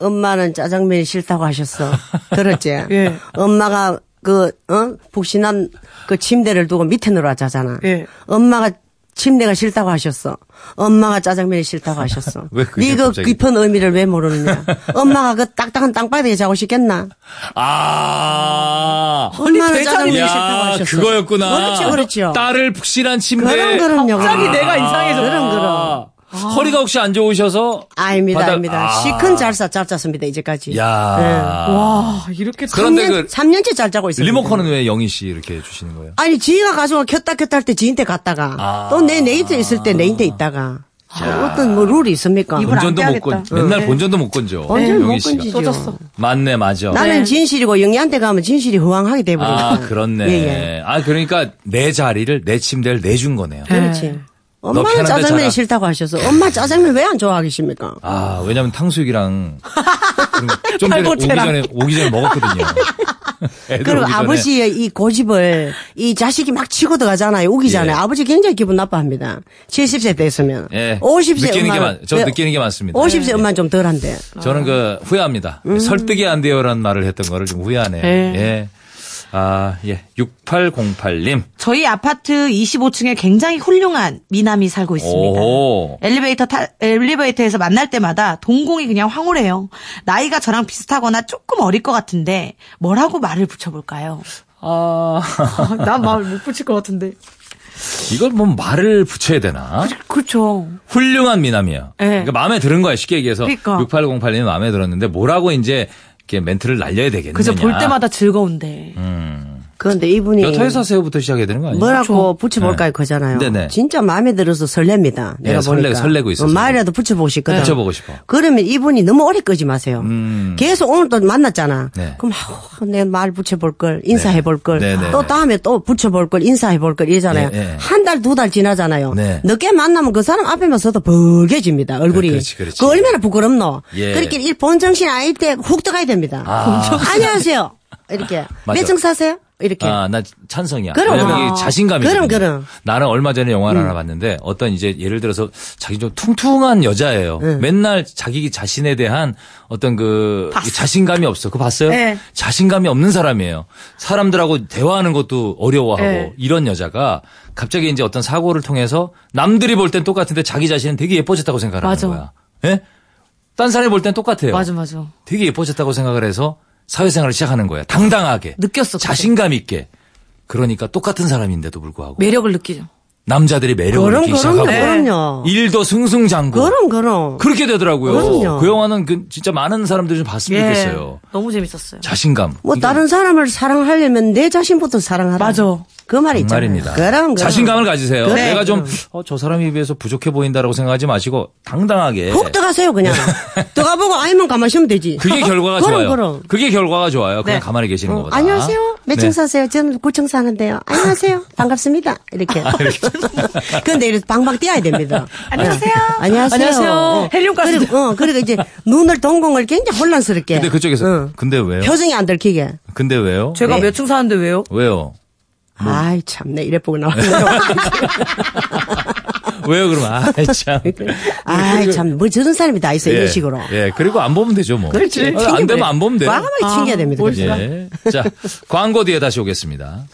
Speaker 4: 엄마는 짜장면이 싫다고
Speaker 3: <laughs>
Speaker 4: 하셨어. 들었지?
Speaker 3: 예.
Speaker 4: 엄마가 그, 어? 북신한 그 침대를 두고 밑에 놀아 자잖아.
Speaker 3: 예.
Speaker 4: 엄마가 침대가 싫다고 하셨어. 엄마가 짜장면이 싫다고 하셨어.
Speaker 2: <laughs> 왜 그게
Speaker 4: 네그
Speaker 2: 갑자기-
Speaker 4: 깊은 의미를 왜 모르느냐. 엄마가 그 딱딱한 땅바닥에 자고 싶겠나?
Speaker 2: 아.
Speaker 4: 엄마는
Speaker 3: 대장이
Speaker 4: 짜장면이
Speaker 2: 야,
Speaker 4: 싫다고 하셨어.
Speaker 2: 그거였구나.
Speaker 4: 그렇죠, 그렇죠.
Speaker 2: 딸을 푹신한 침대에
Speaker 4: 그럼, 그럼요.
Speaker 3: 네. 갑자기
Speaker 4: 그럼.
Speaker 3: 내가 이상해져.
Speaker 4: 그럼, 그럼.
Speaker 2: 아, 허리가 혹시 안 좋으셔서
Speaker 4: 아닙니다,
Speaker 2: 바닥-
Speaker 4: 아닙니다.
Speaker 2: 아.
Speaker 4: 시큰 잘 잤, 잘 잤습니다, 이제까지.
Speaker 2: 야.
Speaker 3: 와 아, 이렇게
Speaker 2: 그런데 그
Speaker 4: 3년째 잘 자고 있어요.
Speaker 2: 리모컨은 왜 영희 씨 이렇게 주시는 거예요?
Speaker 4: 아니 지희가 가서 뭐 켰다 켰다 할 때 지인한테 갔다가
Speaker 2: 아.
Speaker 4: 또 내 내인테 있을 때 내인테 있다가 어떤 뭐 룰이 있습니까?
Speaker 3: 이불 안
Speaker 2: 본전도 못
Speaker 3: 빼야겠다.
Speaker 2: 건, 맨날 본전도 아, 못 건져.
Speaker 4: 네. 본전
Speaker 2: 영희
Speaker 4: 못
Speaker 2: 씨가.
Speaker 4: 건지죠. 젖었어.
Speaker 2: 맞네, 맞아.
Speaker 4: 나는 진실이고 영희한테 가면 진실이 허황하게 돼버린다.
Speaker 2: 아, 그렇네.
Speaker 4: 예, 예.
Speaker 2: 아, 그러니까 내 자리를, 내 침대를 내준 거네요.
Speaker 4: 그렇지.
Speaker 2: 편한
Speaker 4: 엄마는
Speaker 2: 데 자라.
Speaker 4: 짜장면이 싫다고 하셔서 엄마 짜장면 왜 안 좋아하십니까?
Speaker 2: 아, 왜냐면 탕수육이랑 그런 거좀
Speaker 3: <laughs>
Speaker 2: 전에 오기
Speaker 3: 팔보채랑.
Speaker 2: 전에 오기 전에
Speaker 3: <laughs>
Speaker 2: 먹었거든요. 애들
Speaker 4: 그리고
Speaker 2: 오기 전에.
Speaker 4: 아버지의 이 고집을 이 자식이 막 치고 들어가잖아요. 우기잖아요.
Speaker 2: 예.
Speaker 4: 아버지 굉장히 기분 나빠합니다. 70세 됐으면.
Speaker 2: 예.
Speaker 4: 50세
Speaker 2: 느끼는 게
Speaker 4: 엄마는-
Speaker 2: 많- 저
Speaker 4: 네,
Speaker 2: 느끼는 게 많습니다. 예.
Speaker 4: 50세 엄마는 좀 덜한데.
Speaker 2: 저는 그 후회합니다.
Speaker 3: 음.
Speaker 2: 설득이 안 돼요라는 말을 했던 거를 좀 후회하네요. 예. 아, 예. 6808님.
Speaker 3: 저희 아파트 25층에 굉장히 훌륭한 미남이 살고 있습니다.
Speaker 2: 오.
Speaker 3: 엘리베이터 타, 엘리베이터에서 만날 때마다 동공이 그냥 황홀해요. 나이가 저랑 비슷하거나 조금 어릴 것 같은데 뭐라고 말을 붙여볼까요?
Speaker 2: 아,
Speaker 3: 난 말을 못 붙일 것 같은데.
Speaker 2: <laughs> 이걸 뭐 말을 붙여야 되나?
Speaker 3: 그렇죠.
Speaker 2: 훌륭한 미남이에요.
Speaker 3: 예.
Speaker 2: 그러니까 마음에 드는 거야, 쉽게 얘기해서.
Speaker 3: 그러니까.
Speaker 2: 6808님이 마음에 들었는데 뭐라고 이제 이렇게 멘트를 날려야 되겠느냐. 음.
Speaker 3: 그죠. 볼 때마다 즐거운데.
Speaker 4: 그런데 이분이.
Speaker 2: 여타의 사세요부터 시작해야 되는 거 아니에요?
Speaker 4: 네. 뭐라고 붙여볼까 그거잖아요.
Speaker 2: 네네.
Speaker 4: 진짜 마음에 들어서 설렙니다.
Speaker 2: 예,
Speaker 4: 내가
Speaker 2: 설레-
Speaker 4: 보니까.
Speaker 2: 설레고 있어서. 네,
Speaker 4: 어, 말이라도 붙여보고 싶거든.
Speaker 2: 붙여보고 싶어. 음.
Speaker 4: 그러면 이분이 너무 오래 끄지 마세요. 계속 오늘 또 만났잖아.
Speaker 2: 네.
Speaker 4: 그럼 아우, 내말 붙여볼 걸, 인사해볼 걸,
Speaker 2: 네네.
Speaker 4: 또 다음에 또 붙여볼 걸, 인사해볼 걸 이러잖아요.
Speaker 2: 예, 예.
Speaker 4: 한 달, 두 달 지나잖아요.
Speaker 2: 네.
Speaker 4: 늦게 만나면 그 사람 앞에만 서도 벌게집니다. 얼굴이.
Speaker 2: 그- 그렇지, 그렇지.
Speaker 4: 거 얼마나 부끄럽노.
Speaker 2: 예.
Speaker 4: 그렇게 일 본정신 아닐 때훅 들어가야 됩니다.
Speaker 2: 아.
Speaker 4: <laughs> 안녕하세요. 이렇게.
Speaker 2: 맞아.
Speaker 4: 몇층 사세요? 이렇게.
Speaker 2: 아, 나 찬성이야.
Speaker 4: 그럼.
Speaker 2: 왜냐면
Speaker 4: 아.
Speaker 2: 이게 자신감이.
Speaker 4: 그럼,
Speaker 2: 있거든요.
Speaker 4: 그럼.
Speaker 2: 나는 얼마 전에 영화를 하나 봤는데 어떤 이제 예를 들어서 자기 좀 퉁퉁한 여자예요. 맨날 자기 자신에 대한 어떤 그 자신감이 없어. 그거 봤어요?
Speaker 3: 네.
Speaker 2: 자신감이 없는 사람이에요. 사람들하고 대화하는 것도 어려워하고
Speaker 3: 네.
Speaker 2: 이런 여자가 갑자기 이제 어떤 사고를 통해서 남들이 볼 땐 똑같은데 자기 자신은 되게 예뻐졌다고 생각하는
Speaker 3: 맞아.
Speaker 2: 거야. 예? 딴 사람이 볼 땐 똑같아요.
Speaker 3: 맞아, 맞아.
Speaker 2: 되게 예뻐졌다고 생각을 해서 사회생활을 시작하는 거예요.
Speaker 4: <laughs>
Speaker 2: 당당하게.
Speaker 3: 느꼈어, 그때.
Speaker 2: 자신감 있게. 그러니까 똑같은 사람인데도 불구하고
Speaker 3: 매력을 느끼죠.
Speaker 2: 남자들이 매력을
Speaker 4: 그럼,
Speaker 2: 느끼기
Speaker 4: 그럼요,
Speaker 2: 시작하고
Speaker 4: 그럼요.
Speaker 2: 일도 승승장구.
Speaker 4: 그럼, 그럼.
Speaker 2: 렇게 되더라고요.
Speaker 4: 그럼요. 예.
Speaker 2: 그 영화는 그 진짜 많은 사람들이 좀 봤으면 좋겠어요.
Speaker 3: 예, 너무 재밌었어요.
Speaker 2: 자신감.
Speaker 4: 뭐
Speaker 2: 이게
Speaker 4: 다른 사람을 사랑하려면 내 자신부터 사랑하라.
Speaker 3: 맞아.
Speaker 4: 그 말이
Speaker 2: 정
Speaker 4: 있잖아요.
Speaker 2: 말입니다.
Speaker 4: 그럼, 그럼.
Speaker 2: 자신감을 가지세요.
Speaker 4: 그래,
Speaker 2: 내가 좀
Speaker 4: 그럼.
Speaker 2: 어, 저 사람에 비해서 부족해 보인다라고 생각하지 마시고 당당하게.
Speaker 4: 훅 들어가세요 그냥.
Speaker 2: 네.
Speaker 4: <laughs> 들어가보고 아니면 가만 쉬면 되지. <laughs>
Speaker 2: 그게 결과가
Speaker 4: 그럼,
Speaker 2: 좋아요.
Speaker 4: 그럼.
Speaker 2: 그게 결과가 좋아요. 그냥
Speaker 3: 네.
Speaker 2: 가만히 계시는
Speaker 4: 어,
Speaker 2: 거보다.
Speaker 4: 안녕하세요. 몇 층
Speaker 2: 네.
Speaker 4: 사세요? 저는 9층 사는데요.
Speaker 2: <laughs>
Speaker 4: 안녕하세요. 반갑습니다. 이렇게.
Speaker 2: 아,
Speaker 4: <laughs> 그런데 이렇게 방방
Speaker 2: <laughs>
Speaker 4: 뛰어야 됩니다.
Speaker 3: 안녕하세요.
Speaker 4: 어, 안녕하세요.
Speaker 3: 안녕하세요.
Speaker 4: 어.
Speaker 3: 헬륨가스.
Speaker 4: 그리고, 어, 그리고 이제 눈을 동공을 굉장히 혼란스럽게.
Speaker 2: 네. 근데 그쪽에서
Speaker 4: 응.
Speaker 2: 근데 왜요?
Speaker 4: 표정이 안 들키게.
Speaker 2: 근데 왜요? 예.
Speaker 3: 제가 몇 층 사는데 왜요?
Speaker 2: 왜요? <laughs>
Speaker 4: 아이 참내 이래 보고 나왔네요.
Speaker 2: 왜요, 그럼?
Speaker 4: <laughs>
Speaker 2: 아, 참.
Speaker 4: 아이, 참, 뭐 저런 사람이 다 있어, 이런 식으로.
Speaker 2: 네, 예, 그리고 안 보면 되죠, 뭐.
Speaker 4: 그렇지.
Speaker 2: 아, 안 되면 안 보면 돼요.
Speaker 4: 과감하게 챙겨야 됩니다. 그렇죠.
Speaker 2: 예.
Speaker 4: 그죠?
Speaker 2: 자, 광고 뒤에 다시 오겠습니다.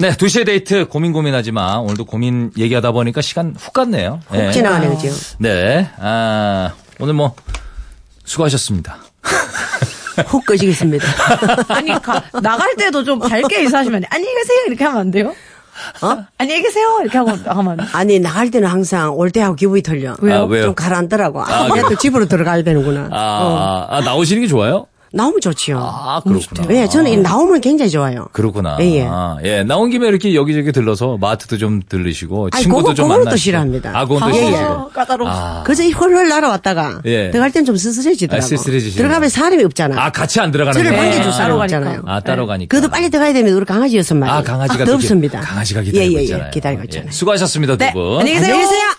Speaker 2: 네, 2시의 데이트 고민 고민하지 마. 오늘도 고민 얘기하다 보니까 시간 훅 갔네요. 예.
Speaker 4: 훅 지나가네요, 그죠?
Speaker 2: 네, 아, 오늘 뭐, 수고하셨습니다. 예. <laughs>
Speaker 4: 훅 꺼지겠습니다.
Speaker 3: 아니 가- 그러니까 나갈 때도 좀 밝게 인사하시면 안 돼요? 안녕히 계세요 이렇게 하면 안 돼요?
Speaker 4: 어?
Speaker 3: 안녕히 계세요 이렇게 하고 하면 안 돼요?
Speaker 4: 아니, 나갈 때는 항상 올 때하고 기분이 틀려.
Speaker 2: 왜요? 아, 왜요?
Speaker 4: 좀 가라앉더라고. 아, 이제 또 집으로 들어가야 되는구나.
Speaker 2: 아,
Speaker 4: 어.
Speaker 2: 아, 나오시는 게 좋아요?
Speaker 4: 나오면 좋지요.
Speaker 2: 아, 그렇구나.
Speaker 4: 예, 저는 이 나오면 굉장히 좋아요.
Speaker 2: 그렇구나.
Speaker 4: 예, 예.
Speaker 2: 아, 예, 나온 김에 이렇게 여기저기 들러서 마트도 좀 들르시고
Speaker 4: 아니,
Speaker 2: 친구도
Speaker 4: 그거-
Speaker 2: 좀
Speaker 4: 그거는
Speaker 2: 만나시고.
Speaker 4: 또 싫어합니다.
Speaker 2: 아, 그건 또
Speaker 4: 예, 예.
Speaker 2: 싫으시고.
Speaker 3: 까다로워.
Speaker 2: 아.
Speaker 4: 그래서 이 훌훌 날아왔다가
Speaker 2: 예.
Speaker 4: 들어갈 땐 좀 쓸쓸해지더라고.
Speaker 2: 아, 쓸쓸해지시는구나.
Speaker 4: 들어가면 사람이 없잖아.
Speaker 2: 아, 같이 안 들어가는
Speaker 4: 저를
Speaker 2: 거예요?
Speaker 4: 반겨줄
Speaker 2: 아,
Speaker 4: 사람이
Speaker 3: 따로
Speaker 4: 없잖아요. 예.
Speaker 3: 가니까.
Speaker 2: 아, 따로 가니까.
Speaker 4: 그래도 빨리 들어가야 됩니다. 우리 강아지였으면 말이에요.
Speaker 2: 아, 강아지가
Speaker 4: 덥습니다.
Speaker 2: 기다리고
Speaker 4: 예, 예, 예.
Speaker 2: 있잖아요. 예.
Speaker 4: 기다리고 있잖아요.
Speaker 2: 수고하셨습니다, 두
Speaker 3: 네,
Speaker 2: 분.
Speaker 3: 안녕히 계세요.
Speaker 4: 안녕히 계세요.